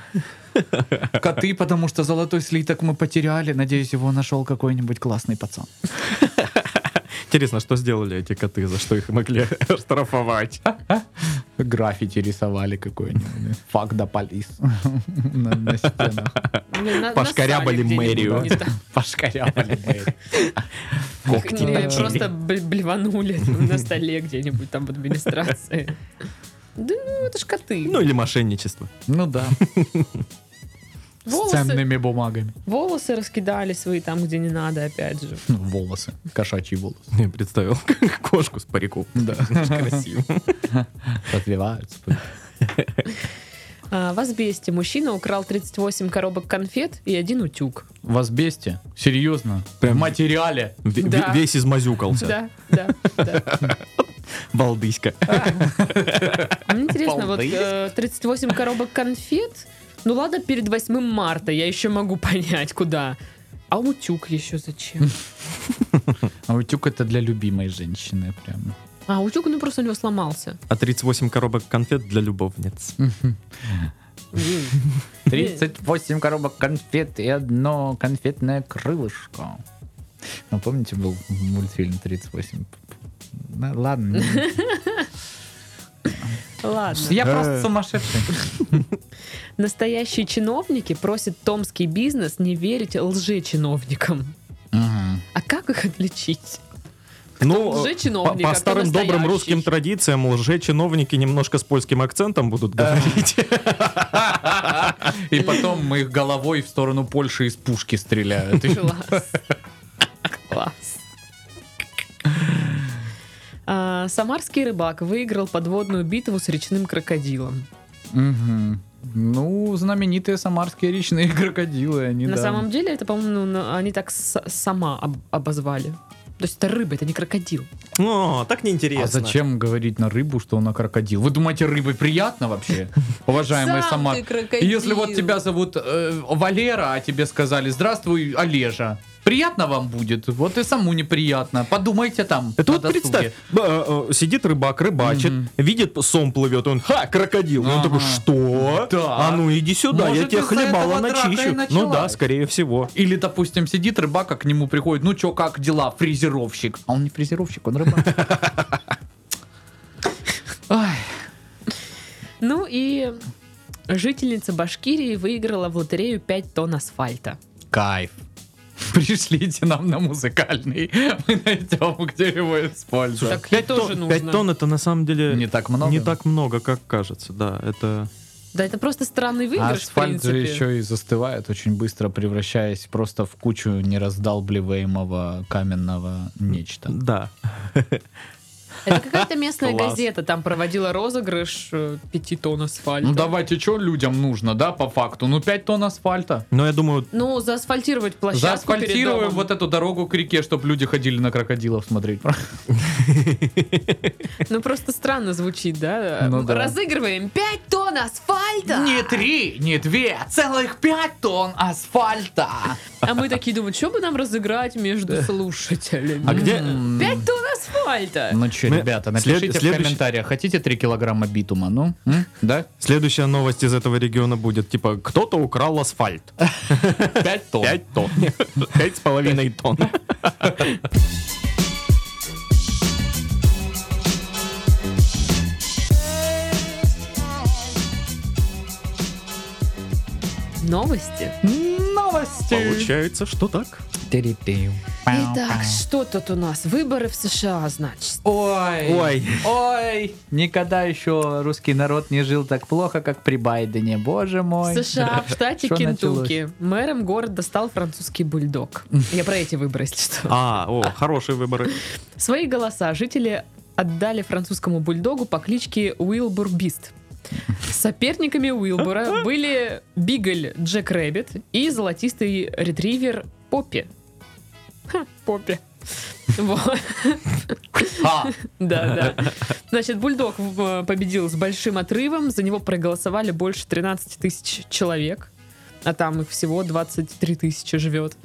Speaker 3: *gasps*
Speaker 2: Коты, потому что золотой слиток мы потеряли. Надеюсь, его нашел какой-нибудь классный пацан.
Speaker 3: Интересно, что сделали эти коты, за что их могли *laughs* оштрафовать?
Speaker 2: Граффити рисовали какой-нибудь. Фак да полис. *laughs* На на стенах.
Speaker 1: Блин, Ну, на-
Speaker 3: Пошкарябали
Speaker 1: насали где-нибудь,
Speaker 3: мэрию.
Speaker 1: не
Speaker 2: *laughs*
Speaker 1: знаю.
Speaker 2: Пошкарябали. блин.
Speaker 3: Когти
Speaker 1: Не,
Speaker 3: натянули.
Speaker 1: Просто б- блеванули *laughs* на столе где-нибудь там в администрации. Да ну, это ж коты.
Speaker 3: Ну или мошенничество. *laughs*
Speaker 2: Ну да. С
Speaker 1: Волосы.
Speaker 2: ценными бумагами.
Speaker 1: Волосы раскидали свои там, где не надо, опять же.
Speaker 2: Ну, Волосы. Кошачий волос.
Speaker 3: Я представил *laughs* кошку с париком.
Speaker 2: *laughs*
Speaker 3: *laughs*
Speaker 2: Да. *laughs*
Speaker 3: Красиво.
Speaker 2: Развиваются.
Speaker 1: А, В Асбесте мужчина украл 38 коробок конфет и один утюг.
Speaker 2: В Азбесте? Серьезно?
Speaker 3: Прям-
Speaker 2: В материале?
Speaker 3: Ве- ве-
Speaker 1: Да.
Speaker 3: Весь измазюкался.
Speaker 1: Да, да, да.
Speaker 3: Балдыська.
Speaker 1: Мне интересно, вот э, 38 коробок конфет, ну ладно, перед 8 марта я еще могу *laughs* понять, куда. А утюг еще зачем?
Speaker 2: А утюг это для любимой женщины прям.
Speaker 1: А, утюг, ну просто у него сломался.
Speaker 3: А 38 коробок конфет для любовниц.
Speaker 2: 38 коробок конфет и одно конфетное крылышко. Ну, помните, был мультфильм 38? Ну, ладно. не-
Speaker 1: Ладно.
Speaker 2: Я
Speaker 3: Э.
Speaker 2: просто сумасшедший.
Speaker 1: Настоящие чиновники просят томский бизнес не верить лжечиновникам. А как их отличить?
Speaker 3: Ну, по,
Speaker 1: лжечиновник,
Speaker 3: по
Speaker 1: а кто
Speaker 3: старым добрым
Speaker 1: настоящий?
Speaker 3: русским традициям лже-чиновники немножко с польским акцентом будут
Speaker 2: Э.
Speaker 3: говорить. *laughs*
Speaker 2: И потом мы их головой в сторону Польши из пушки стреляют. И
Speaker 1: Класс. Класс. А, Самарский рыбак выиграл подводную битву с речным крокодилом.
Speaker 2: Мгм. Ну, знаменитые самарские речные крокодилы, они
Speaker 1: на
Speaker 2: да.
Speaker 1: самом деле, это, по-моему, ну, на- они так с- сама об- обозвали. То есть это рыба, это не крокодил.
Speaker 3: Ну, так неинтересно.
Speaker 2: А зачем говорить на рыбу, что она крокодил? Вы думаете, рыбы приятно *laughs* вообще? Уважаемые
Speaker 1: Сам
Speaker 2: Самар...
Speaker 1: ты крокодил.
Speaker 2: Если вот тебя зовут э, Валера, а тебе сказали «Здравствуй, Олежа», приятно вам будет? Вот и саму неприятно. Подумайте там
Speaker 3: Это
Speaker 2: на
Speaker 3: вот
Speaker 2: досуге.
Speaker 3: представь, б- э, э, сидит рыбак, рыбачит,
Speaker 2: Мгм.
Speaker 3: видит, сом плывет, он, ха, крокодил. И Он
Speaker 2: Ага.
Speaker 3: такой, что?
Speaker 2: Да.
Speaker 3: А ну иди сюда, я
Speaker 2: Может,
Speaker 3: тебе
Speaker 2: из-за
Speaker 3: хлебала
Speaker 2: этого драка и
Speaker 3: начищу. Ну
Speaker 2: началась.
Speaker 3: да, скорее всего.
Speaker 2: Или, допустим, сидит рыбак, а к нему приходит, ну чё, как дела, фрезеровщик? А он не фрезеровщик, он рыбак. Ай,
Speaker 1: Ну и жительница Башкирии выиграла в лотерею 5 тонн асфальта.
Speaker 2: *laughs* Кайф. Пришлите нам на музыкальный, мы найдем, где его использовать.
Speaker 1: Так тоже
Speaker 2: Ну,
Speaker 1: нужно.
Speaker 3: Пять тонн это на самом деле
Speaker 2: Не так много.
Speaker 3: не так много, как кажется. Да, это...
Speaker 1: Да это просто странный выигрыш, в
Speaker 2: Асфальт же
Speaker 1: принципе.
Speaker 2: еще и застывает очень быстро, превращаясь просто в кучу нераздалбливаемого каменного нечто.
Speaker 3: Да.
Speaker 1: Это какая-то местная
Speaker 3: Класс.
Speaker 1: газета там проводила розыгрыш 5 тонн асфальта.
Speaker 2: Ну давайте, что людям нужно, да, по факту? Ну 5 тонн асфальта.
Speaker 3: Но я думаю,
Speaker 1: Ну, заасфальтировать площадку
Speaker 2: Заасфальтируем вот
Speaker 1: это.
Speaker 2: эту дорогу к реке, чтобы люди ходили на крокодилов смотреть.
Speaker 1: Ну, просто странно звучит, да?
Speaker 2: Ну
Speaker 1: М,
Speaker 2: да.
Speaker 1: Разыгрываем 5 тонн асфальта!
Speaker 2: Не три, не две, а целых пять тонн асфальта.
Speaker 1: А мы такие думаем, что бы нам разыграть между слушателями?
Speaker 3: А где-
Speaker 2: М,
Speaker 1: 5 тонн асфальта!
Speaker 2: Ну что,
Speaker 3: Мы-
Speaker 2: ребята,
Speaker 3: след-
Speaker 2: напишите в
Speaker 3: следующий-
Speaker 2: комментариях, хотите 3 килограмма битума, ну? М? Да?
Speaker 3: следующая новость из этого региона будет, типа, кто-то украл асфальт.
Speaker 2: 5 тонн.
Speaker 3: Пять тонн. *laughs* Пять с половиной тонн.
Speaker 1: Новости.
Speaker 2: Новости.
Speaker 3: Получается, что так.
Speaker 2: Терепею.
Speaker 1: Итак, что тут у нас? Выборы в США, значит.
Speaker 2: Ой, ой, никогда еще русский народ не жил так плохо, как при Байдене, боже
Speaker 1: В
Speaker 2: мой.
Speaker 1: США, в штате
Speaker 2: Что
Speaker 1: Кентукки, мэром города стал французский
Speaker 2: *laughs*
Speaker 1: бульдог. Я про эти выборы, если что.
Speaker 3: А, о, хорошие выборы.
Speaker 1: Свои голоса жители отдали французскому бульдогу по кличке Уилбур Бист. Соперниками Уилбура были Бигль Джек Рэббит и золотистый ретривер Поппи. Ха, Поппи. Вот,
Speaker 2: А,
Speaker 1: да, да. Значит, бульдог э, победил с большим отрывом, за него проголосовали больше 13 тысяч человек, а там их всего 23 тысячи живет.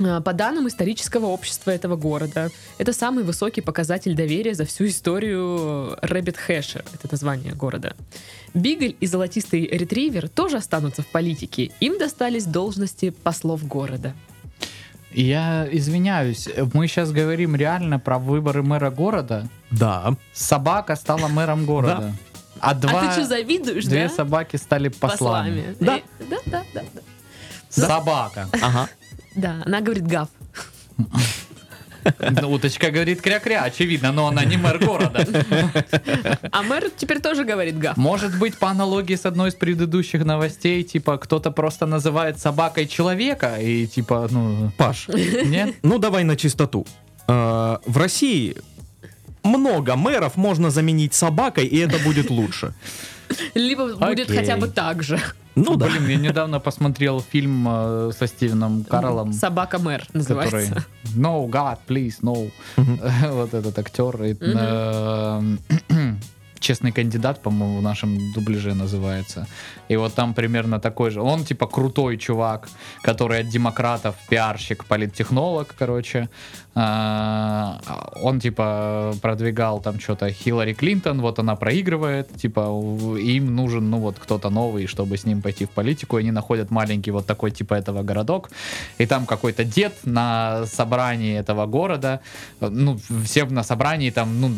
Speaker 1: А, По данным исторического общества этого города, это самый высокий показатель доверия за всю историю Рэббит Хэша, это название города. Бигль и золотистый ретривер тоже останутся в политике. Им достались должности послов города.
Speaker 2: я извиняюсь, мы сейчас говорим реально про выборы мэра города.
Speaker 3: Да.
Speaker 2: Собака стала мэром города. А два...
Speaker 1: а ты что, завидуешь,
Speaker 2: Две
Speaker 1: да?
Speaker 2: собаки стали послами.
Speaker 1: Послами.
Speaker 3: Да.
Speaker 1: Э, да, да, да, да.
Speaker 2: Собака.
Speaker 3: Ага.
Speaker 1: Да, она говорит гав.
Speaker 2: Ну, Уточка говорит кря-кря, очевидно, но она не мэр города.
Speaker 1: А мэр теперь тоже говорит гав.
Speaker 2: Может быть, по аналогии с одной из предыдущих новостей, типа, кто-то просто называет собакой человека, и типа, ну...
Speaker 3: Паш,
Speaker 2: Нет?
Speaker 3: ну давай на чистоту. Э, В России много мэров можно заменить собакой, и это будет лучше.
Speaker 1: Либо будет
Speaker 2: Окей.
Speaker 1: хотя бы так же.
Speaker 3: Ну да.
Speaker 2: Блин, я недавно посмотрел фильм э, со Стивеном Карлом.
Speaker 1: Собака-мэр
Speaker 2: который
Speaker 1: называется.
Speaker 2: No God, please, no. *laughs* вот этот актер. и, э, *clears throat* Честный кандидат, по-моему, в нашем дубляже называется. И вот там примерно такой же. Он типа крутой чувак, который от демократов пиарщик, политтехнолог, короче. А, Он типа продвигал там что-то Хиллари Клинтон, вот она проигрывает, типа у- им нужен ну вот кто-то новый, чтобы с ним пойти в политику. И они находят маленький вот такой типа этого городок, и там какой-то дед на собрании этого города, э, ну все на собрании там ну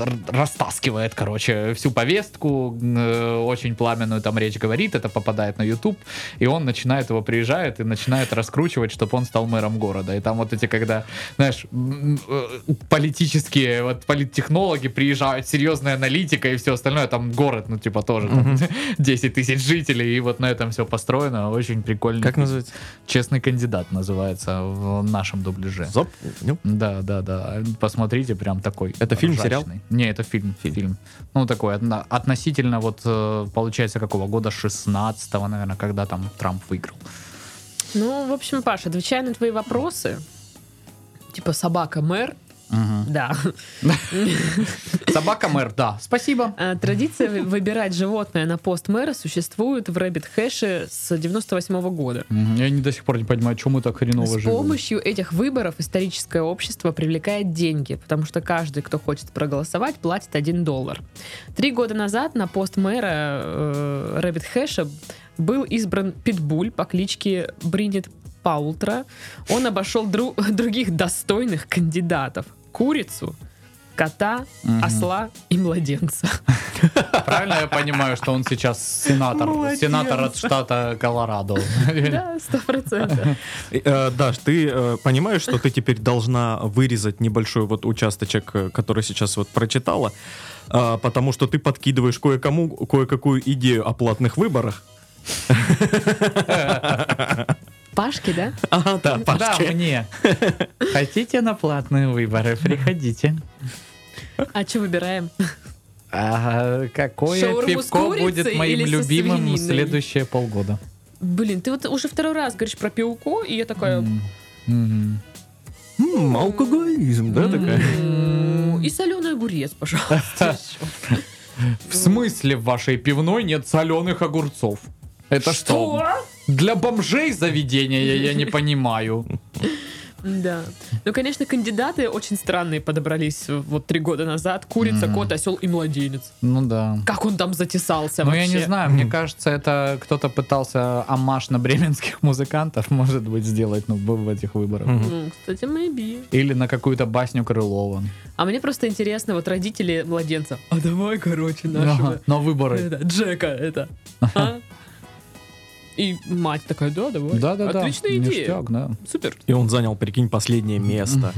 Speaker 2: р- растаскивает короче, всю повестку, э, очень пламенную там речь говорит, это попадает на YouTube, и он начинает, его приезжает и начинает раскручивать, чтобы он стал мэром города. И там вот эти, когда, знаешь, м, э, политические, вот политтехнологи приезжают, серьезная аналитика и все остальное, там город, ну, типа, тоже *laughs* там 10 тысяч жителей, и вот на этом все построено, очень прикольно.
Speaker 3: Как называется?
Speaker 2: Честный кандидат называется в нашем дубляже.
Speaker 3: Запомнил.
Speaker 2: Да, да, да. Посмотрите, прям такой.
Speaker 3: Это фильм,
Speaker 2: ржачный.
Speaker 3: сериал?
Speaker 2: Не, это фильм, фильм. Ну, такой, отно- относительно вот, э, получается, какого года? 16-го, наверное, когда там Трамп выиграл.
Speaker 1: Ну, в общем, Паш, отвечая на твои вопросы, типа собака-мэр, да,
Speaker 2: Собака мэр, да. Спасибо.
Speaker 1: А, *laughs* Традиция вы- выбирать животное на пост мэра существует в Рэббит Хэше с 98 года.
Speaker 2: Я не до сих пор не понимаю, чем мы так хреново
Speaker 1: С
Speaker 2: живем.
Speaker 1: помощью этих выборов историческое общество привлекает деньги, потому что каждый, кто хочет проголосовать, платит 1 доллар. Три года назад на пост мэра э, Рэббит Хэша был избран Питбуль по кличке Бринет Паултра. Он обошел дру- *laughs* других достойных кандидатов. Курицу, кота,
Speaker 2: Мгм.
Speaker 1: осла и младенца.
Speaker 2: Правильно я понимаю, что он сейчас сенатор?
Speaker 3: Молодец.
Speaker 2: Сенатор от штата Колорадо.
Speaker 1: Да, сто процентов.
Speaker 3: Э, Даш, ты э, понимаешь, что ты теперь должна вырезать небольшой вот участочек, э, который сейчас вот прочитала, э, потому что ты подкидываешь кое-кому кое-какую идею о платных выборах. *laughs*
Speaker 1: Пашки, да?
Speaker 3: Ага, да,
Speaker 2: Да,
Speaker 3: Пашке.
Speaker 2: *laughs* мне. Хотите на платные выборы? Приходите.
Speaker 1: А что выбираем?
Speaker 2: А, какое
Speaker 1: Шаурму с
Speaker 2: пивко
Speaker 1: курицей
Speaker 2: будет моим
Speaker 1: или со
Speaker 2: любимым
Speaker 1: свининой?
Speaker 2: следующие полгода?
Speaker 1: Блин, ты вот уже второй раз говоришь про пивко, и я такая...
Speaker 2: М, м.
Speaker 3: М, Алкоголизм, да, такая?
Speaker 1: «М, И соленый огурец, пожалуйста.
Speaker 2: В смысле в вашей пивной нет соленых огурцов? *laughs* Это что? Для бомжей заведение, я, я не понимаю.
Speaker 1: Да. Ну, конечно, кандидаты очень странные подобрались э, вот три года назад. Курица,
Speaker 2: Мгм.
Speaker 1: кот, осел и младенец.
Speaker 2: Ну да.
Speaker 1: Как он там затесался
Speaker 2: Ну, я
Speaker 1: вообще?
Speaker 2: не знаю, мне кажется, это кто-то пытался амаш на бременских музыкантов, может быть, сделать ну, в в этих выборах.
Speaker 3: Мгм.
Speaker 1: Ну, кстати, maybe.
Speaker 2: Или на какую-то басню Крылова.
Speaker 1: А мне просто интересно, вот родители младенца. А давай, короче,
Speaker 2: Ага,
Speaker 1: нашего
Speaker 2: на выборы.
Speaker 1: это, Джека это. а?» И мать такая, да, давай.
Speaker 2: Да-да-да.
Speaker 1: Отличная идея.
Speaker 2: ништяк, да.
Speaker 1: Супер.
Speaker 3: И он занял, прикинь, последнее место.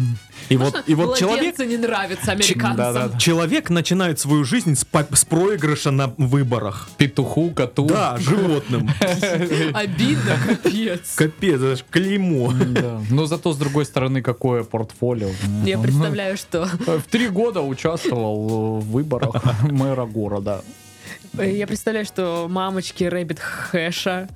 Speaker 3: И вот, и вот человек,
Speaker 1: Младенцы не нравится американцам.
Speaker 2: да-да-да.
Speaker 3: человек начинает свою жизнь с, по- с проигрыша на выборах.
Speaker 2: Петуху, коту.
Speaker 3: Да, *laughs* животным.
Speaker 1: Обидно, капец.
Speaker 3: Капец, это ж клеймо.
Speaker 2: Да. Но зато с другой стороны, какое портфолио.
Speaker 1: Я представляю, что
Speaker 2: В три года участвовал
Speaker 1: *laughs*
Speaker 2: в выборах мэра города.
Speaker 1: Э, я представляю, что мамочки Рэббит Хэша,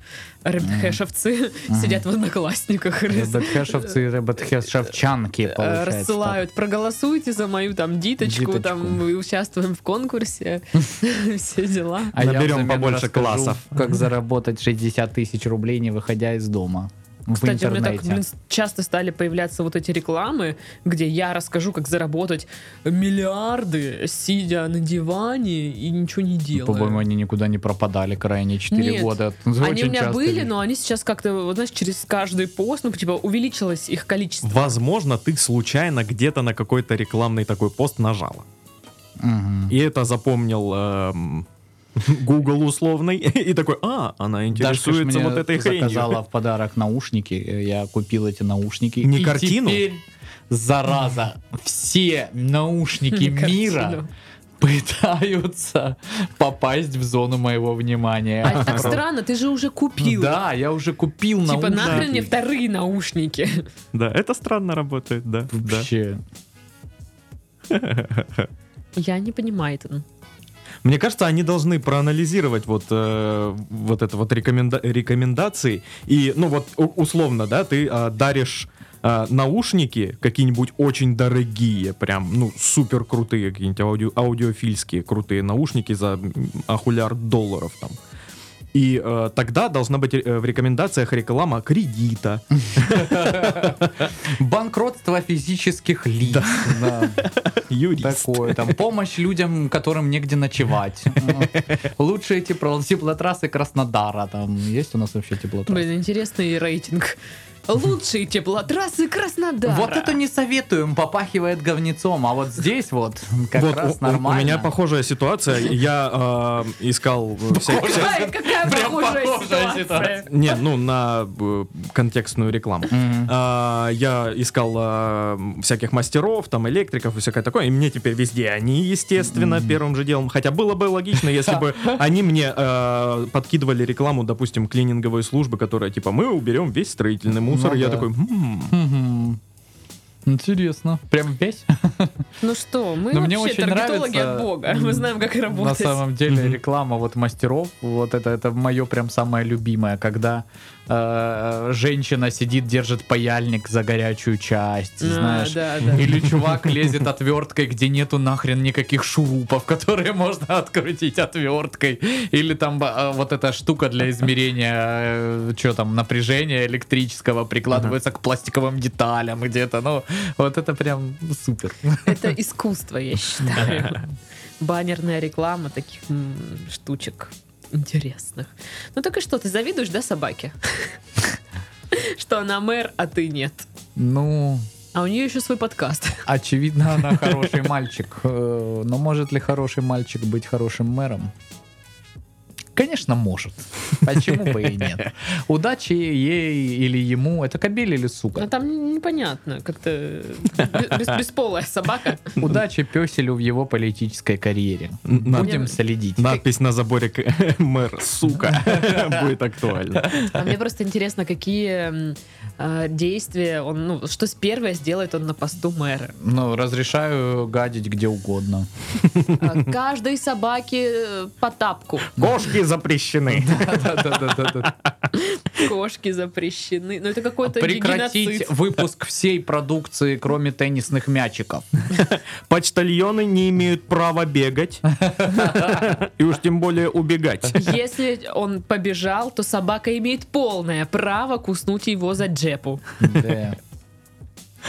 Speaker 1: Рэббит Хэшевцы сидят в одноклассниках э, и рас-
Speaker 2: Рэббетхэшевцы и рэббетхэшевчанки,
Speaker 1: э,
Speaker 2: получается.
Speaker 1: рассылают, проголосуйте за мою там диточку,
Speaker 2: Диточку.
Speaker 1: там мы участвуем в
Speaker 2: *laughs*
Speaker 1: конкурсе, *laughs* все дела.
Speaker 2: А я
Speaker 3: Наберем
Speaker 2: взамен
Speaker 3: побольше
Speaker 2: расскажу,
Speaker 3: классов.
Speaker 2: Как заработать 60 тысяч рублей, не выходя из дома. в
Speaker 1: Кстати, у меня
Speaker 2: интернете.
Speaker 1: так, блин, с- часто стали появляться вот эти рекламы, где я расскажу, как заработать миллиарды, сидя на диване и ничего не делая.
Speaker 2: Ну, По-моему, они никуда не пропадали крайне 4
Speaker 1: Нет.
Speaker 2: года.
Speaker 1: Они у
Speaker 2: Очень
Speaker 1: меня
Speaker 2: часто
Speaker 1: были,
Speaker 2: вижу.
Speaker 1: но они сейчас как-то, вот, знаешь, через каждый пост, ну, типа, увеличилось их количество.
Speaker 3: Возможно, ты случайно где-то на какой-то рекламный такой пост нажала.
Speaker 2: Мгм.
Speaker 3: И это запомнил эм, *laughs* Google условный. И такой, а, она
Speaker 2: Дашка ж
Speaker 3: интересуется
Speaker 2: мне
Speaker 3: вот этой хренью.
Speaker 2: заказала в подарок наушники. Э, Я купил эти наушники.
Speaker 3: Не
Speaker 2: И
Speaker 3: картину?
Speaker 2: теперь, зараза, все
Speaker 1: *laughs*
Speaker 2: наушники
Speaker 1: Не картину.
Speaker 2: мира пытаются попасть в зону моего внимания.
Speaker 1: А это так странно, ты же уже купил.
Speaker 2: Да, я уже купил
Speaker 1: Типа,
Speaker 2: наушники.
Speaker 1: нахрен мне вторые наушники.
Speaker 3: *laughs* Да, это странно работает, да. да.
Speaker 2: Вообще.
Speaker 1: Я не понимаю это.
Speaker 3: Мне кажется, они должны проанализировать вот, э, вот это вот рекоменда- рекомендации. И, ну вот, у- условно, да, ты э, даришь э, наушники какие-нибудь очень дорогие, прям, ну, супер крутые, какие-нибудь аудио- аудиофильские крутые наушники за м, ахулиард долларов там. И э, тогда должна быть э, в рекомендациях
Speaker 2: *laughs*
Speaker 3: реклама кредита.
Speaker 2: Банкротство физических лиц. Да.
Speaker 3: Юрист.
Speaker 2: Такое там. Помощь людям, которым негде
Speaker 3: *laughs*
Speaker 2: ночевать. Лучшие тепло- теплотрассы Краснодара. Там есть у нас вообще теплотрассы?
Speaker 1: Блин, интересный рейтинг. Лучшие теплотрассы Краснодара.
Speaker 2: Вот это не советуем, попахивает говнецом, а вот здесь вот как
Speaker 3: вот
Speaker 2: раз
Speaker 3: у, у- у
Speaker 2: нормально.
Speaker 3: меня похожая ситуация. Я э,
Speaker 2: *laughs*
Speaker 3: искал э, всякие-
Speaker 1: Какая, какая
Speaker 2: Прям
Speaker 1: похожая
Speaker 2: похожая
Speaker 1: ситуация.
Speaker 2: ситуация.
Speaker 3: Не, ну на э, контекстную рекламу.
Speaker 2: Мгм.
Speaker 3: А, Я искал а, всяких мастеров, там электриков и всякое такое, и мне теперь везде они, естественно, первым же делом. Хотя было бы логично, если
Speaker 2: *laughs*
Speaker 3: бы они мне э, подкидывали рекламу, допустим, клининговой службы, которая типа мы уберем весь строительный мусор.
Speaker 2: Ну
Speaker 3: Я
Speaker 2: да.
Speaker 3: такой, «М,
Speaker 2: Мгм. Интересно. Прям весь?
Speaker 1: Ну что, мы вообще
Speaker 2: Но мне очень
Speaker 1: таргетологи
Speaker 2: нравится,
Speaker 1: от бога. Мы знаем, как
Speaker 2: На
Speaker 1: работать.
Speaker 2: самом деле
Speaker 3: Мгм.
Speaker 2: реклама вот мастеров, вот это, это мое прям самое любимое, когда э, женщина сидит, держит паяльник за горячую часть,
Speaker 1: А,
Speaker 2: знаешь.
Speaker 1: да, да.
Speaker 2: Или чувак лезет отверткой, где нету нахрен никаких шурупов, которые можно открутить отверткой. Или там э, вот эта штука для измерения, что там, напряжения электрического прикладывается к пластиковым деталям где-то. Ну, вот это прям супер.
Speaker 1: Это искусство, я считаю. Баннерная реклама таких м, штучек интересных. Ну так и что, ты завидуешь, да, собаке? *laughs* Что она мэр, а ты нет.
Speaker 2: Ну,
Speaker 1: А у нее еще свой подкаст.
Speaker 2: очевидно, она хороший *laughs* мальчик. Э, Но может ли хороший мальчик быть хорошим мэром? Конечно, может. Почему бы и *laughs* нет? Удачи ей или ему. Это кобель или сука?
Speaker 1: Но Ну, там непонятно, как-то бес- бесполая собака.
Speaker 2: Удачи песелю в его политической карьере.
Speaker 3: Н-
Speaker 2: Будем следить.
Speaker 3: *laughs* Надпись на заборе к- *laughs* мэр, сука, *laughs*
Speaker 2: *laughs*
Speaker 3: будет актуально.
Speaker 1: *laughs* А мне просто интересно, какие м, а, действия он, ну, что с первое сделает он на посту мэра.
Speaker 2: Ну, разрешаю гадить где *laughs* угодно.
Speaker 1: А, Каждой собаке э, по тапку.
Speaker 3: Кошки запрещены.
Speaker 2: *laughs* Да-да-да-да-да.
Speaker 1: Кошки запрещены. Ну это какой-то
Speaker 2: Прекратить
Speaker 1: геноцид.
Speaker 2: выпуск всей продукции, кроме теннисных мячиков.
Speaker 3: Почтальоны не имеют права *laughs* бегать. И уж тем более убегать.
Speaker 1: Если он побежал, то собака имеет полное право куснуть его за джепу.
Speaker 2: Да.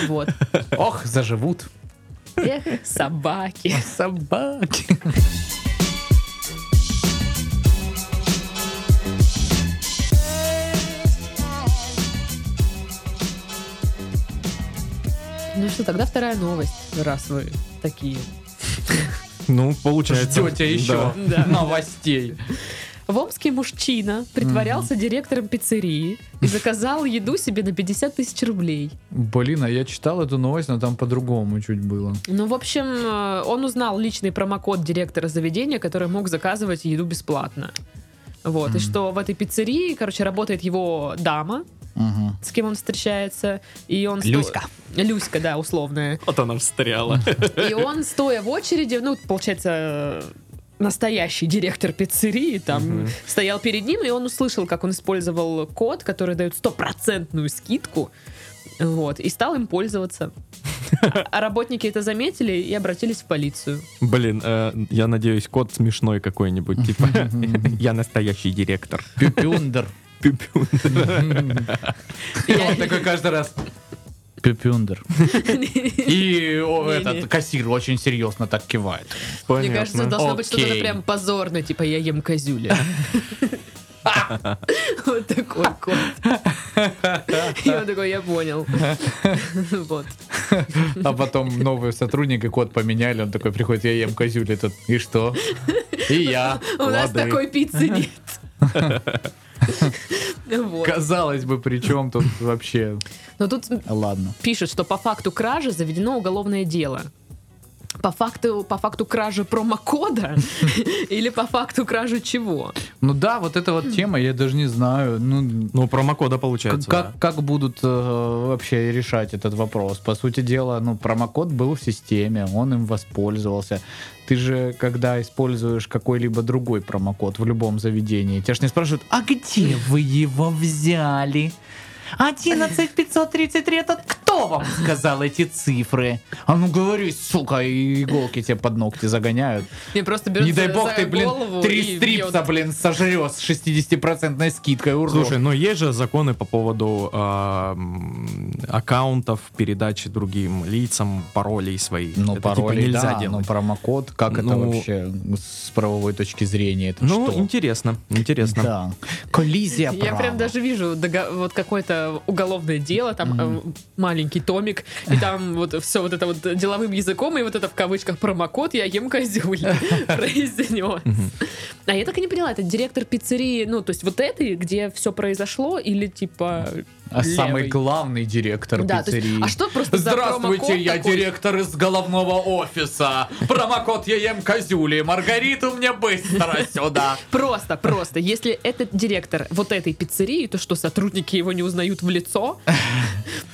Speaker 1: Вот.
Speaker 2: Ох, заживут.
Speaker 1: Эх, собаки.
Speaker 2: Собаки.
Speaker 1: Ну что, тогда вторая новость, раз вы такие.
Speaker 3: Ну, получается.
Speaker 2: Ждете еще
Speaker 3: да.
Speaker 1: Да.
Speaker 2: новостей.
Speaker 1: В Омске мужчина притворялся директором пиццерии и заказал еду себе на 50 тысяч рублей.
Speaker 2: Блин, а я читал эту новость, но там по-другому чуть было.
Speaker 1: Ну, в общем, э, он узнал личный промокод директора заведения, который мог заказывать еду бесплатно. Вот, и
Speaker 2: Мгм.
Speaker 1: что в этой пиццерии, короче, работает его дама, с кем он встречается, и он... сто- Люська, да, условная.
Speaker 3: Вот она встряла.
Speaker 1: И он, стоя в очереди, ну, получается, э, настоящий директор пиццерии там
Speaker 3: Мгм.
Speaker 1: стоял перед ним, и он услышал, как он использовал код, который дает стопроцентную скидку, вот, и стал им пользоваться. А работники это заметили и обратились в полицию.
Speaker 3: *laughs* Блин, э, я надеюсь, кот смешной какой-нибудь, *laughs* типа «Я настоящий директор».
Speaker 2: Пюпюндер.
Speaker 3: Пю-пю.
Speaker 2: Он такой каждый раз.
Speaker 1: *laughs*
Speaker 2: Пюпюндер. И о,
Speaker 1: Не-не.
Speaker 2: этот кассир очень серьезно так кивает.
Speaker 1: Мне кажется,
Speaker 3: Понятно.
Speaker 1: должно быть что-то
Speaker 2: Окей.
Speaker 1: прям позорное, типа я ем
Speaker 3: *laughs*
Speaker 1: козюля. Вот такой кот. И он такой, я
Speaker 3: *laughs*
Speaker 1: понял. Вот.
Speaker 2: А потом новый сотрудник и код поменяли. Он такой приходит, я ем козюль. Этот, и что? И я.
Speaker 1: У нас
Speaker 2: Лады.
Speaker 1: такой
Speaker 2: *laughs*
Speaker 1: пиццы нет. Вот.
Speaker 2: Казалось бы, при чем тут вообще?
Speaker 1: Но тут
Speaker 2: Ладно.
Speaker 1: пишут, что по факту кражи заведено уголовное дело. По факту, по факту кражи промокода *laughs* или по факту кражи чего?
Speaker 2: Ну да, вот эта вот тема, я даже не знаю. Ну,
Speaker 3: Ну, промокода
Speaker 2: Как,
Speaker 3: получается.
Speaker 2: как, как будут э, вообще решать этот вопрос? По сути дела, ну, промокод был в системе, он им воспользовался. Ты же, когда используешь какой-либо другой промокод в любом заведении, тебя же не спрашивают, а где вы его взяли? 11533 этот кто Кто вам сказал эти цифры? А ну говори, сука, и иголки тебе под ногти загоняют.
Speaker 1: Мне просто берет
Speaker 2: Не дай
Speaker 1: за-
Speaker 2: бог
Speaker 1: за
Speaker 2: ты, блин,
Speaker 1: голову
Speaker 2: три
Speaker 1: и
Speaker 2: стрипса,
Speaker 1: бьет.
Speaker 2: блин, сожрешь с 60% скидкой, урод.
Speaker 3: Слушай, но есть же законы по поводу а, м, аккаунтов, передачи другим лицам, паролей своих.
Speaker 2: ну,
Speaker 3: Это, типа,
Speaker 2: пароли,
Speaker 3: нельзя
Speaker 2: да,
Speaker 3: делать.
Speaker 2: ну, промокод, как это
Speaker 3: Ну,
Speaker 2: вообще с правовой точки зрения? Это
Speaker 3: Ну,
Speaker 2: что?
Speaker 3: интересно, интересно.
Speaker 2: Да. Коллизия
Speaker 1: Я
Speaker 2: права.
Speaker 1: прям даже вижу дога- вот какое-то уголовное дело, там э, маленький томик, и там вот все вот это вот деловым языком, и вот это в кавычках промокод, я ем
Speaker 2: *laughs*
Speaker 1: козюля, произнес. А я так и не поняла, это директор пиццерии, ну, то есть вот этой, где все произошло, или типа...
Speaker 2: А самый
Speaker 1: левый?
Speaker 2: главный директор
Speaker 1: Да, то есть,
Speaker 2: пиццерии.
Speaker 1: а что просто за
Speaker 2: Здравствуйте,
Speaker 1: промокод
Speaker 2: я
Speaker 1: такой?
Speaker 2: директор из головного офиса. Промокод я ем козюли. Маргариту мне быстро сюда.
Speaker 1: Просто, просто. Если этот директор вот этой пиццерии, то что, сотрудники его не узнают в
Speaker 2: *laughs*
Speaker 1: лицо?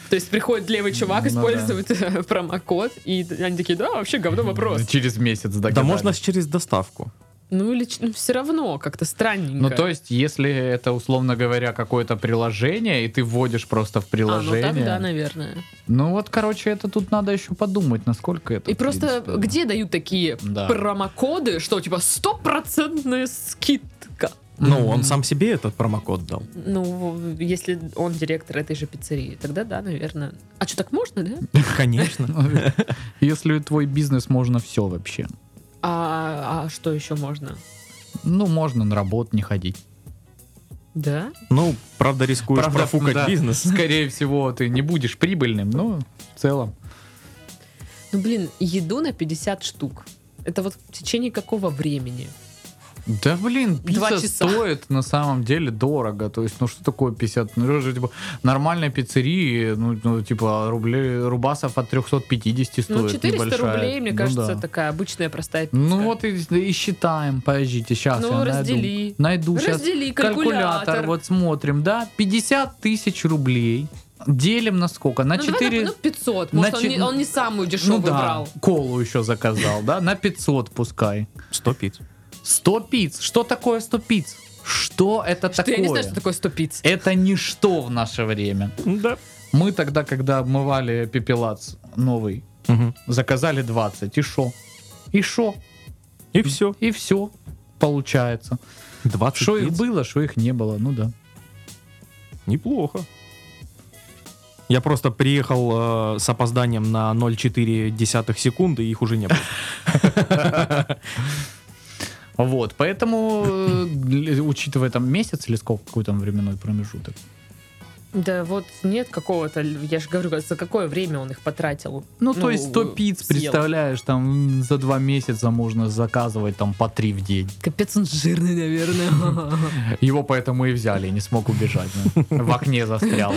Speaker 1: То есть приходит левый чувак,
Speaker 2: Ну
Speaker 1: использует э, *laughs* промокод, и они такие, да, вообще говно вопрос.
Speaker 2: Через месяц
Speaker 3: Да
Speaker 2: догадались.
Speaker 3: можно через доставку.
Speaker 1: Ну или все равно как-то странненько.
Speaker 2: Ну, то есть, если это, условно говоря, какое-то приложение, и ты вводишь просто в
Speaker 1: а, ну
Speaker 2: приложение.
Speaker 1: так, да, наверное.
Speaker 2: Ну, вот, короче, это тут надо еще подумать, насколько это.
Speaker 1: И
Speaker 2: в
Speaker 1: просто
Speaker 2: принципе,
Speaker 1: где дают такие
Speaker 2: Да.
Speaker 1: промокоды, что типа стопроцентная скидка?
Speaker 3: Ну, он сам себе этот промокод дал.
Speaker 1: Ну, если он директор этой же пиццерии, тогда да, наверное. А что, так можно, да?
Speaker 3: *laughs* Конечно.
Speaker 2: Если твой бизнес, можно все вообще.
Speaker 1: А, а что еще можно?
Speaker 2: Ну, можно на работу не ходить.
Speaker 1: Да?
Speaker 3: Ну, правда, рискуешь
Speaker 2: Правда,
Speaker 3: профукать
Speaker 2: да.
Speaker 3: бизнес.
Speaker 2: Скорее всего, ты не будешь прибыльным, но в целом.
Speaker 1: Ну, блин, еду на 50 штук. Это вот в течение какого времени?
Speaker 2: Да блин,
Speaker 1: Два
Speaker 2: пицца
Speaker 1: часа.
Speaker 2: стоит на самом деле дорого. То есть, ну что такое 50? Ну, это же, типа, нормальная пиццерии, ну, ну, типа, рублей, рубасов от 350 стоит.
Speaker 1: ну, 400
Speaker 2: небольшая.
Speaker 1: рублей, мне
Speaker 2: Ну,
Speaker 1: кажется,
Speaker 2: да.
Speaker 1: такая обычная простая пицца.
Speaker 2: Ну вот и, и считаем, подождите, сейчас
Speaker 1: Ну,
Speaker 2: я найду.
Speaker 1: раздели. Ну,
Speaker 2: найду. сейчас
Speaker 1: Раздели калькулятор.
Speaker 2: вот смотрим, да, 50 тысяч рублей делим на сколько? На
Speaker 1: ну, давай
Speaker 2: 4...
Speaker 1: на- ну, 500, может,
Speaker 2: на
Speaker 1: он,
Speaker 2: че-
Speaker 1: не, он не самую
Speaker 2: ну
Speaker 1: дешевую
Speaker 2: да,
Speaker 1: брал.
Speaker 2: колу еще заказал, да, на 500 пускай.
Speaker 3: 100 пиц.
Speaker 2: 100 пиц. Что такое 100 пиц? Что это
Speaker 1: Что
Speaker 2: такое?
Speaker 1: я не знаю, что такое 100 пиц.
Speaker 2: Это ничто в наше время.
Speaker 3: Да.
Speaker 2: Мы тогда, когда обмывали пепелац новый, заказали 20. И шо? И шо?
Speaker 3: И все.
Speaker 2: И все получается.
Speaker 3: 20
Speaker 2: Что их
Speaker 3: пиц.
Speaker 2: было, что их не было, ну да.
Speaker 3: Неплохо. Я просто приехал э, с опозданием на 0,4 секунды, и их уже не было.
Speaker 2: Вот, поэтому, э, л- учитывая там месяц или сколько, какой там временной промежуток.
Speaker 1: Да вот нет какого-то, я же говорю, за какое время он их потратил.
Speaker 2: Ну, то есть 100 пиц,
Speaker 1: э, съел.
Speaker 2: представляешь, там м, за два месяца можно заказывать там по три в день.
Speaker 1: Капец, он жирный, наверное. *laughs*
Speaker 2: Его поэтому и взяли, не смог убежать. ну. В окне застрял.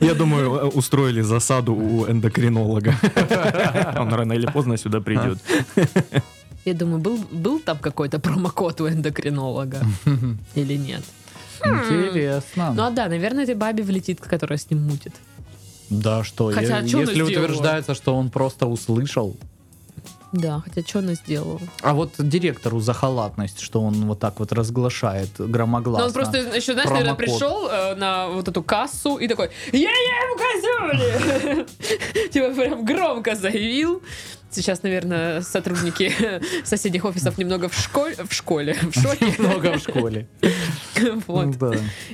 Speaker 3: Я думаю, э, устроили засаду у эндокринолога. *laughs* Он рано или поздно сюда придет.
Speaker 1: Я думаю, был, был там какой-то промокод у
Speaker 2: *laughs*
Speaker 1: эндокринолога или нет? Хм. Ну
Speaker 2: Интересно.
Speaker 1: а да, наверное, этой бабе влетит, которая с ним мутит.
Speaker 2: Да что,
Speaker 1: Хотя,
Speaker 2: е-
Speaker 1: а чё она
Speaker 2: если
Speaker 1: сделала?
Speaker 2: утверждается, что он просто услышал.
Speaker 1: Да, хотя что она сделала?
Speaker 2: А вот директору за халатность, что он вот так вот разглашает
Speaker 1: Ну,
Speaker 2: громогласно.
Speaker 1: он просто еще, знаешь, наверное,
Speaker 2: Промокод.
Speaker 1: пришел э, на вот эту кассу и такой «Я ем козюли!» *laughs* Типа прям громко заявил. Сейчас, наверное, сотрудники *laughs* соседних офисов немного в школе, в школе, в шоке. *laughs*
Speaker 2: Много в школе.
Speaker 1: Вот.
Speaker 2: Ну, да.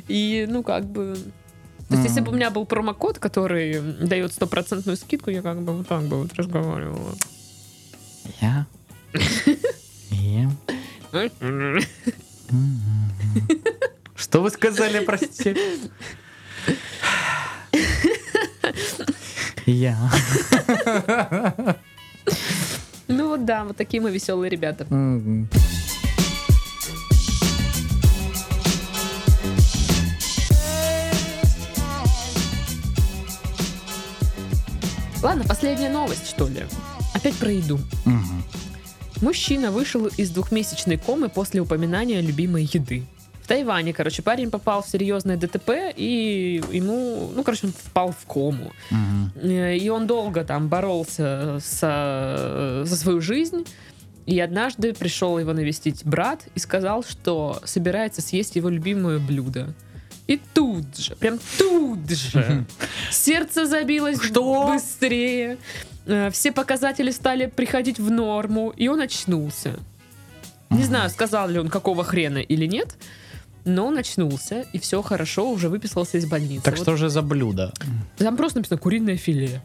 Speaker 1: И, ну, как бы... То есть, если бы у меня был промокод, который дает стопроцентную скидку, я как бы вот так бы вот разговаривала.
Speaker 2: Я ем. Что вы сказали, простите? Я.
Speaker 1: Ну вот да, вот такие мы веселые ребята.
Speaker 2: Мгм.
Speaker 1: Ладно, последняя новость, что ли. Опять про еду.
Speaker 2: Мгм.
Speaker 1: Мужчина вышел из двухмесячной комы после упоминания любимой еды. В Тайване, короче, парень попал в серьезное ДТП, и ему, ну, короче, он впал в кому.
Speaker 2: Мгм.
Speaker 1: Э, И он долго там боролся со- за свою жизнь. И однажды пришел его навестить брат и сказал, что собирается съесть его любимое блюдо. И тут же, прям тут
Speaker 2: *laughs*
Speaker 1: же, сердце забилось
Speaker 2: Что?
Speaker 1: быстрее, э, все показатели стали приходить в норму, и он очнулся. Не знаю, сказал ли он какого хрена или нет, но он очнулся, и все хорошо, уже выписался из больницы.
Speaker 2: Так
Speaker 1: Вот
Speaker 2: что же за блюдо?
Speaker 1: Там просто написано «куриное филе».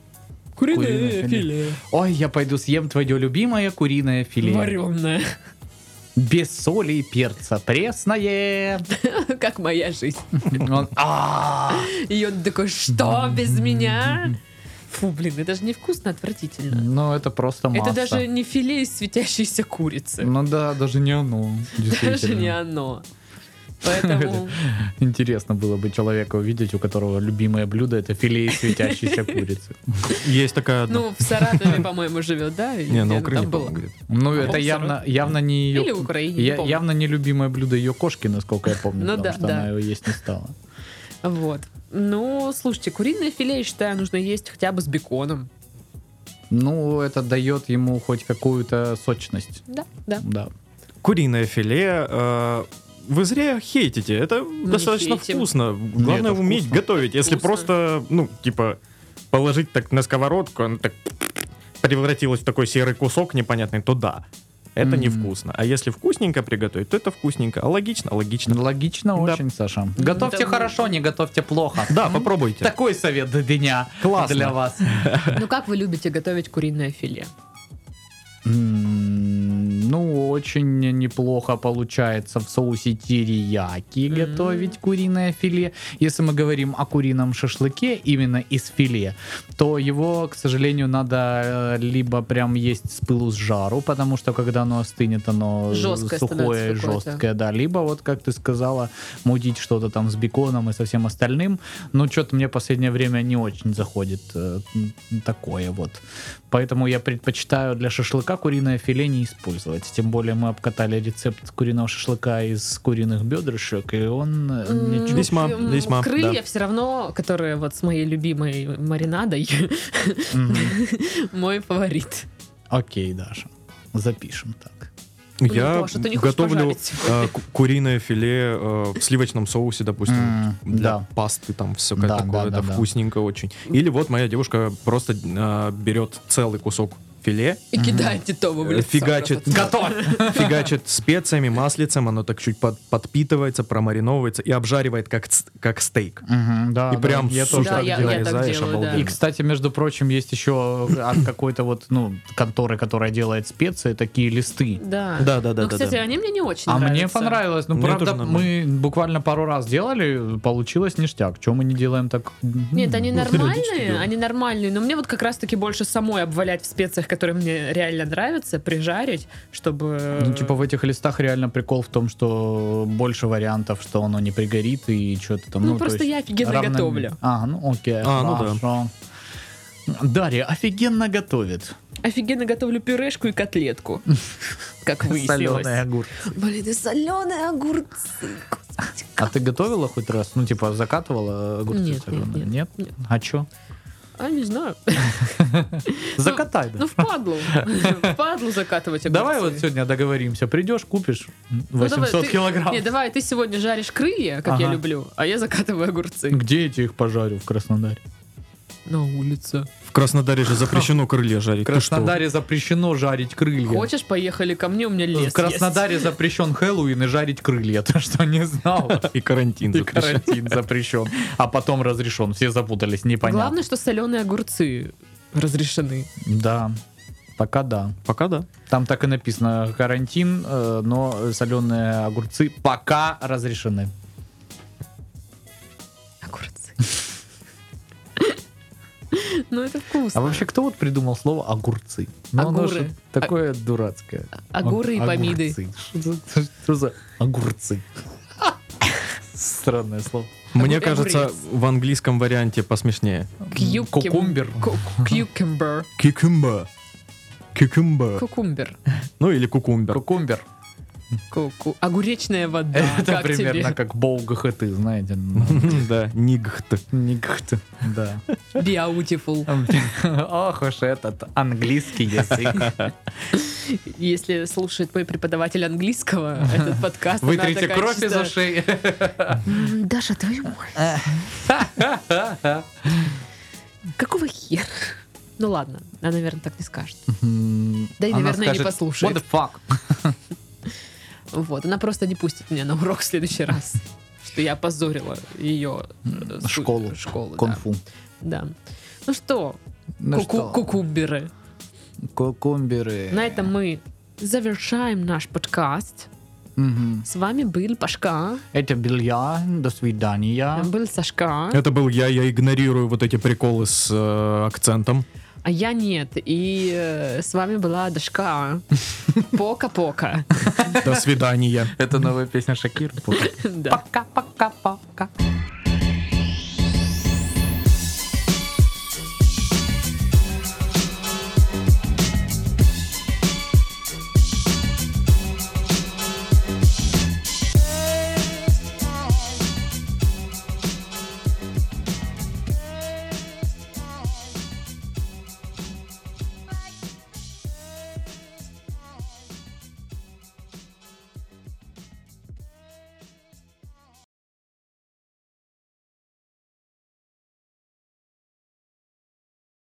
Speaker 1: Куриное,
Speaker 2: Куриное филе.
Speaker 1: филе.
Speaker 2: Ой, я пойду съем твое любимое куриное филе.
Speaker 1: Вареное.
Speaker 2: Без соли и перца. Пресное.
Speaker 1: *laughs* Как моя жизнь.
Speaker 2: Он- А!
Speaker 1: И он такой, что без меня? Фу, блин, это же невкусно, отвратительно.
Speaker 2: Ну, это просто масса.
Speaker 1: Это даже не филе из светящейся курицы.
Speaker 2: Ну да, даже не оно.
Speaker 1: Даже
Speaker 2: действительно.
Speaker 1: не оно.
Speaker 2: *laughs*
Speaker 1: Поэтому
Speaker 2: Интересно было бы человека увидеть, у которого любимое блюдо это филе из светящейся курицы.
Speaker 3: Есть такая одна.
Speaker 1: Ну, в Саратове, по-моему, живет, да? Или
Speaker 3: Не, на
Speaker 1: где она
Speaker 3: Украине,
Speaker 1: там была?
Speaker 3: по-моему, где-то.
Speaker 2: Ну,
Speaker 1: По-моему,
Speaker 2: это явно, явно не ее...
Speaker 1: Или Украине, не
Speaker 2: я-
Speaker 1: помню.
Speaker 2: явно не любимое блюдо ее кошки, насколько я помню,
Speaker 1: Ну
Speaker 2: потому
Speaker 1: да,
Speaker 2: что
Speaker 1: да.
Speaker 2: она его есть не стала.
Speaker 1: Вот. Ну, слушайте, куриное филе, я считаю, нужно есть хотя бы с беконом.
Speaker 2: Ну, это дает ему хоть какую-то сочность.
Speaker 1: Да, да.
Speaker 2: Да.
Speaker 3: Куриное филе. э, Вы зря хейтите. Это достаточно
Speaker 1: Ну, хейтим.
Speaker 3: вкусно. Главное
Speaker 2: это
Speaker 3: уметь
Speaker 2: вкусно.
Speaker 3: готовить. Если
Speaker 1: Вкусно.
Speaker 3: просто, ну, типа, положить так на сковородку, оно так превратилось в такой серый кусок непонятный, то да. Это
Speaker 2: М.
Speaker 3: невкусно. А если вкусненько приготовить, то это вкусненько. А логично, логично.
Speaker 2: Логично
Speaker 3: Да.
Speaker 2: очень, Саша.
Speaker 1: Да.
Speaker 2: Готовьте хорошо, не готовьте плохо.
Speaker 3: Да, попробуйте.
Speaker 2: Такой совет до дня
Speaker 3: Классно.
Speaker 2: для вас.
Speaker 1: Ну, как вы любите готовить куриное филе?
Speaker 2: М, Ну, очень неплохо получается в соусе терияки
Speaker 1: М.
Speaker 2: готовить куриное филе. Если мы говорим о курином шашлыке именно из филе, то его, к сожалению, надо э, либо прям есть с пылу с жару, потому что когда оно остынет, оно
Speaker 1: Жесткое
Speaker 2: сухое,
Speaker 1: становится какое-то.
Speaker 2: жесткое, да. Либо вот, как ты сказала, мутить что-то там с беконом и со всем остальным. Ну, что-то мне последнее время не очень заходит э, м, такое вот. Поэтому я предпочитаю для шашлыка куриное филе не использовать. Тем более мы обкатали рецепт куриного шашлыка из куриных бедрышек, и он э,
Speaker 1: М,
Speaker 2: ничего...
Speaker 3: Весьма,
Speaker 1: м,
Speaker 3: весьма,
Speaker 1: Крылья
Speaker 3: да.
Speaker 1: все равно, которые вот с моей любимой маринадой,
Speaker 2: Мгм.
Speaker 1: *laughs* мой фаворит.
Speaker 2: Окей, Даша, запишем так.
Speaker 3: Я
Speaker 1: Блин, Паша, ты не хочешь
Speaker 3: готовлю
Speaker 1: пожарить сегодня?
Speaker 3: э, ку- куриное филе э, в сливочном соусе, допустим,
Speaker 2: М,
Speaker 3: для
Speaker 2: да.
Speaker 3: пасты там все
Speaker 2: Да,
Speaker 3: такое,
Speaker 2: да,
Speaker 3: это
Speaker 2: да, да.
Speaker 3: вкусненько очень. Или вот моя девушка просто э, берет целый кусок филе,
Speaker 1: И кидайте Тома в
Speaker 3: э,
Speaker 1: лицо.
Speaker 3: фигачит,
Speaker 1: просто.
Speaker 3: фигачит специями, маслицем, оно так чуть под- подпитывается, промариновывается и обжаривает как ц- как стейк.
Speaker 2: Мгм, да,
Speaker 3: И
Speaker 2: да,
Speaker 3: прям
Speaker 2: я
Speaker 3: с
Speaker 2: тоже
Speaker 1: Да,
Speaker 3: утра
Speaker 1: я-
Speaker 3: где
Speaker 1: я так
Speaker 3: нарезаешь,
Speaker 1: делаю, да.
Speaker 3: обалденно.
Speaker 2: И, кстати, между прочим, есть еще от какой-то вот, ну, конторы, которая делает специи, такие листы.
Speaker 1: Да.
Speaker 3: Да, да, да,
Speaker 1: Ну,
Speaker 3: да,
Speaker 1: кстати,
Speaker 3: да.
Speaker 1: они мне не очень
Speaker 2: А
Speaker 1: нравятся.
Speaker 2: мне понравилось. Ну,
Speaker 3: Мне
Speaker 2: правда,
Speaker 3: тоже
Speaker 2: мы буквально пару раз делали, получилось ништяк. Чем мы не делаем так? Ну,
Speaker 1: Нет, они нормальные,
Speaker 3: делают.
Speaker 1: они нормальные, но мне вот как раз-таки больше самой обвалять в специях, которые мне реально нравятся, прижарить, чтобы...
Speaker 2: Ну, типа в этих листах реально прикол в том, что больше вариантов, что оно не пригорит и что-то там.
Speaker 1: Ну,
Speaker 2: то
Speaker 1: просто
Speaker 2: есть
Speaker 1: я офигенно
Speaker 2: равномер-
Speaker 1: готовлю.
Speaker 2: А, ну окей,
Speaker 3: А, ну да.
Speaker 2: хорошо. Дарья офигенно готовит.
Speaker 1: Офигенно готовлю пюрешку и
Speaker 2: *laughs*
Speaker 1: котлетку, как
Speaker 2: Соленые
Speaker 1: выяснилось.
Speaker 2: огурцы.
Speaker 1: Блин, и соленые огурцы.
Speaker 2: А ты готовила хоть раз? Ну, типа, закатывала огурцы
Speaker 1: Нет, нет,
Speaker 2: соленые?
Speaker 1: нет, нет.
Speaker 2: А чё?
Speaker 1: А, не знаю.
Speaker 2: Закатай. да.
Speaker 1: Ну, впадлу. Впадлу закатывать огурцы.
Speaker 2: Давай вот сегодня договоримся. Придешь, купишь
Speaker 1: Ну, давай,
Speaker 2: 800
Speaker 1: ты-
Speaker 2: килограмм.
Speaker 1: Не, давай, ты сегодня жаришь крылья, как я
Speaker 2: Ага.
Speaker 1: люблю, а я закатываю огурцы.
Speaker 2: Где я тебе их пожарю в Краснодаре?
Speaker 1: На улице.
Speaker 3: В Краснодаре же запрещено крылья жарить.
Speaker 2: В
Speaker 3: Ты что?
Speaker 2: Краснодаре запрещено жарить крылья.
Speaker 1: Хочешь, поехали ко мне, у меня лес
Speaker 2: в Краснодаре запрещен Хэллоуин и жарить крылья. *laughs* Ты что, не знала?
Speaker 3: И карантин.
Speaker 2: И
Speaker 3: запрещен.
Speaker 2: карантин запрещен. А потом разрешен. Все запутались,
Speaker 1: есть.
Speaker 2: непонятно.
Speaker 1: Главное, что соленые огурцы разрешены.
Speaker 2: Да. Пока да.
Speaker 3: Пока да.
Speaker 2: Там так и написано карантин, э, но соленые огурцы пока разрешены.
Speaker 1: Огурцы. *laughs* Ну, это
Speaker 2: А
Speaker 1: вкусно.
Speaker 2: вообще, кто вот придумал слово огурцы? Ну, оно
Speaker 1: Огуры.
Speaker 2: же такое дурацкое.
Speaker 1: Огуры А и
Speaker 2: Ог-
Speaker 1: помиды.
Speaker 2: огурцы. *laughs* Что за- что за огурцы? Странное слово.
Speaker 3: Мне
Speaker 1: Огурец.
Speaker 3: кажется, в английском варианте посмешнее.
Speaker 1: Кьюкем-
Speaker 2: Кукумбер.
Speaker 1: ку-
Speaker 2: *laughs*
Speaker 1: Кьюкембер.
Speaker 3: Кикумба. Кикумба.
Speaker 1: Кукумбер.
Speaker 3: Ну или кукумбер.
Speaker 2: Кукумбер.
Speaker 1: Ку-ку. Огуречная вода.
Speaker 2: Это
Speaker 1: как
Speaker 2: примерно
Speaker 1: тебе?
Speaker 2: как Болгах и ты, *laughs* знаете. ну,
Speaker 3: Да, нигхт.
Speaker 2: Никто. Да.
Speaker 1: Beautiful.
Speaker 2: Ох уж этот английский язык.
Speaker 1: Если слушает мой преподаватель английского
Speaker 2: *laughs*
Speaker 1: этот подкаст, она
Speaker 2: Вытрите
Speaker 1: такая
Speaker 2: кровь
Speaker 1: чисто,
Speaker 2: из ушей.
Speaker 1: «М, Даша, твою мать, *laughs* какого хер? Ну ладно, она, наверное, так не скажет. Да и,
Speaker 2: Она
Speaker 1: наверное, не
Speaker 2: скажет,
Speaker 1: послушает.
Speaker 2: What the fuck?
Speaker 1: Вот, она просто не пустит меня на урок в следующий
Speaker 2: *laughs*
Speaker 1: раз. Что я опозорила ее э, су-
Speaker 2: Школу.
Speaker 1: Школу, да.
Speaker 2: Кунг-фу.
Speaker 1: да. Ну что,
Speaker 2: Ну
Speaker 1: куку-
Speaker 2: что,
Speaker 1: кукуберы.
Speaker 2: Кукумберы.
Speaker 1: На этом мы завершаем наш подкаст.
Speaker 2: Мгм.
Speaker 1: С вами был Пашка,
Speaker 2: Это был я. До свидания.
Speaker 1: был
Speaker 2: Э,
Speaker 1: Сашка,
Speaker 3: Это был я, я игнорирую вот эти приколы с э, акцентом.
Speaker 1: а я нет. И э, с вами была Дашка. Пока-пока.
Speaker 3: До свидания.
Speaker 2: Это новая песня Шакир.
Speaker 1: Да.
Speaker 2: Пока-пока-пока.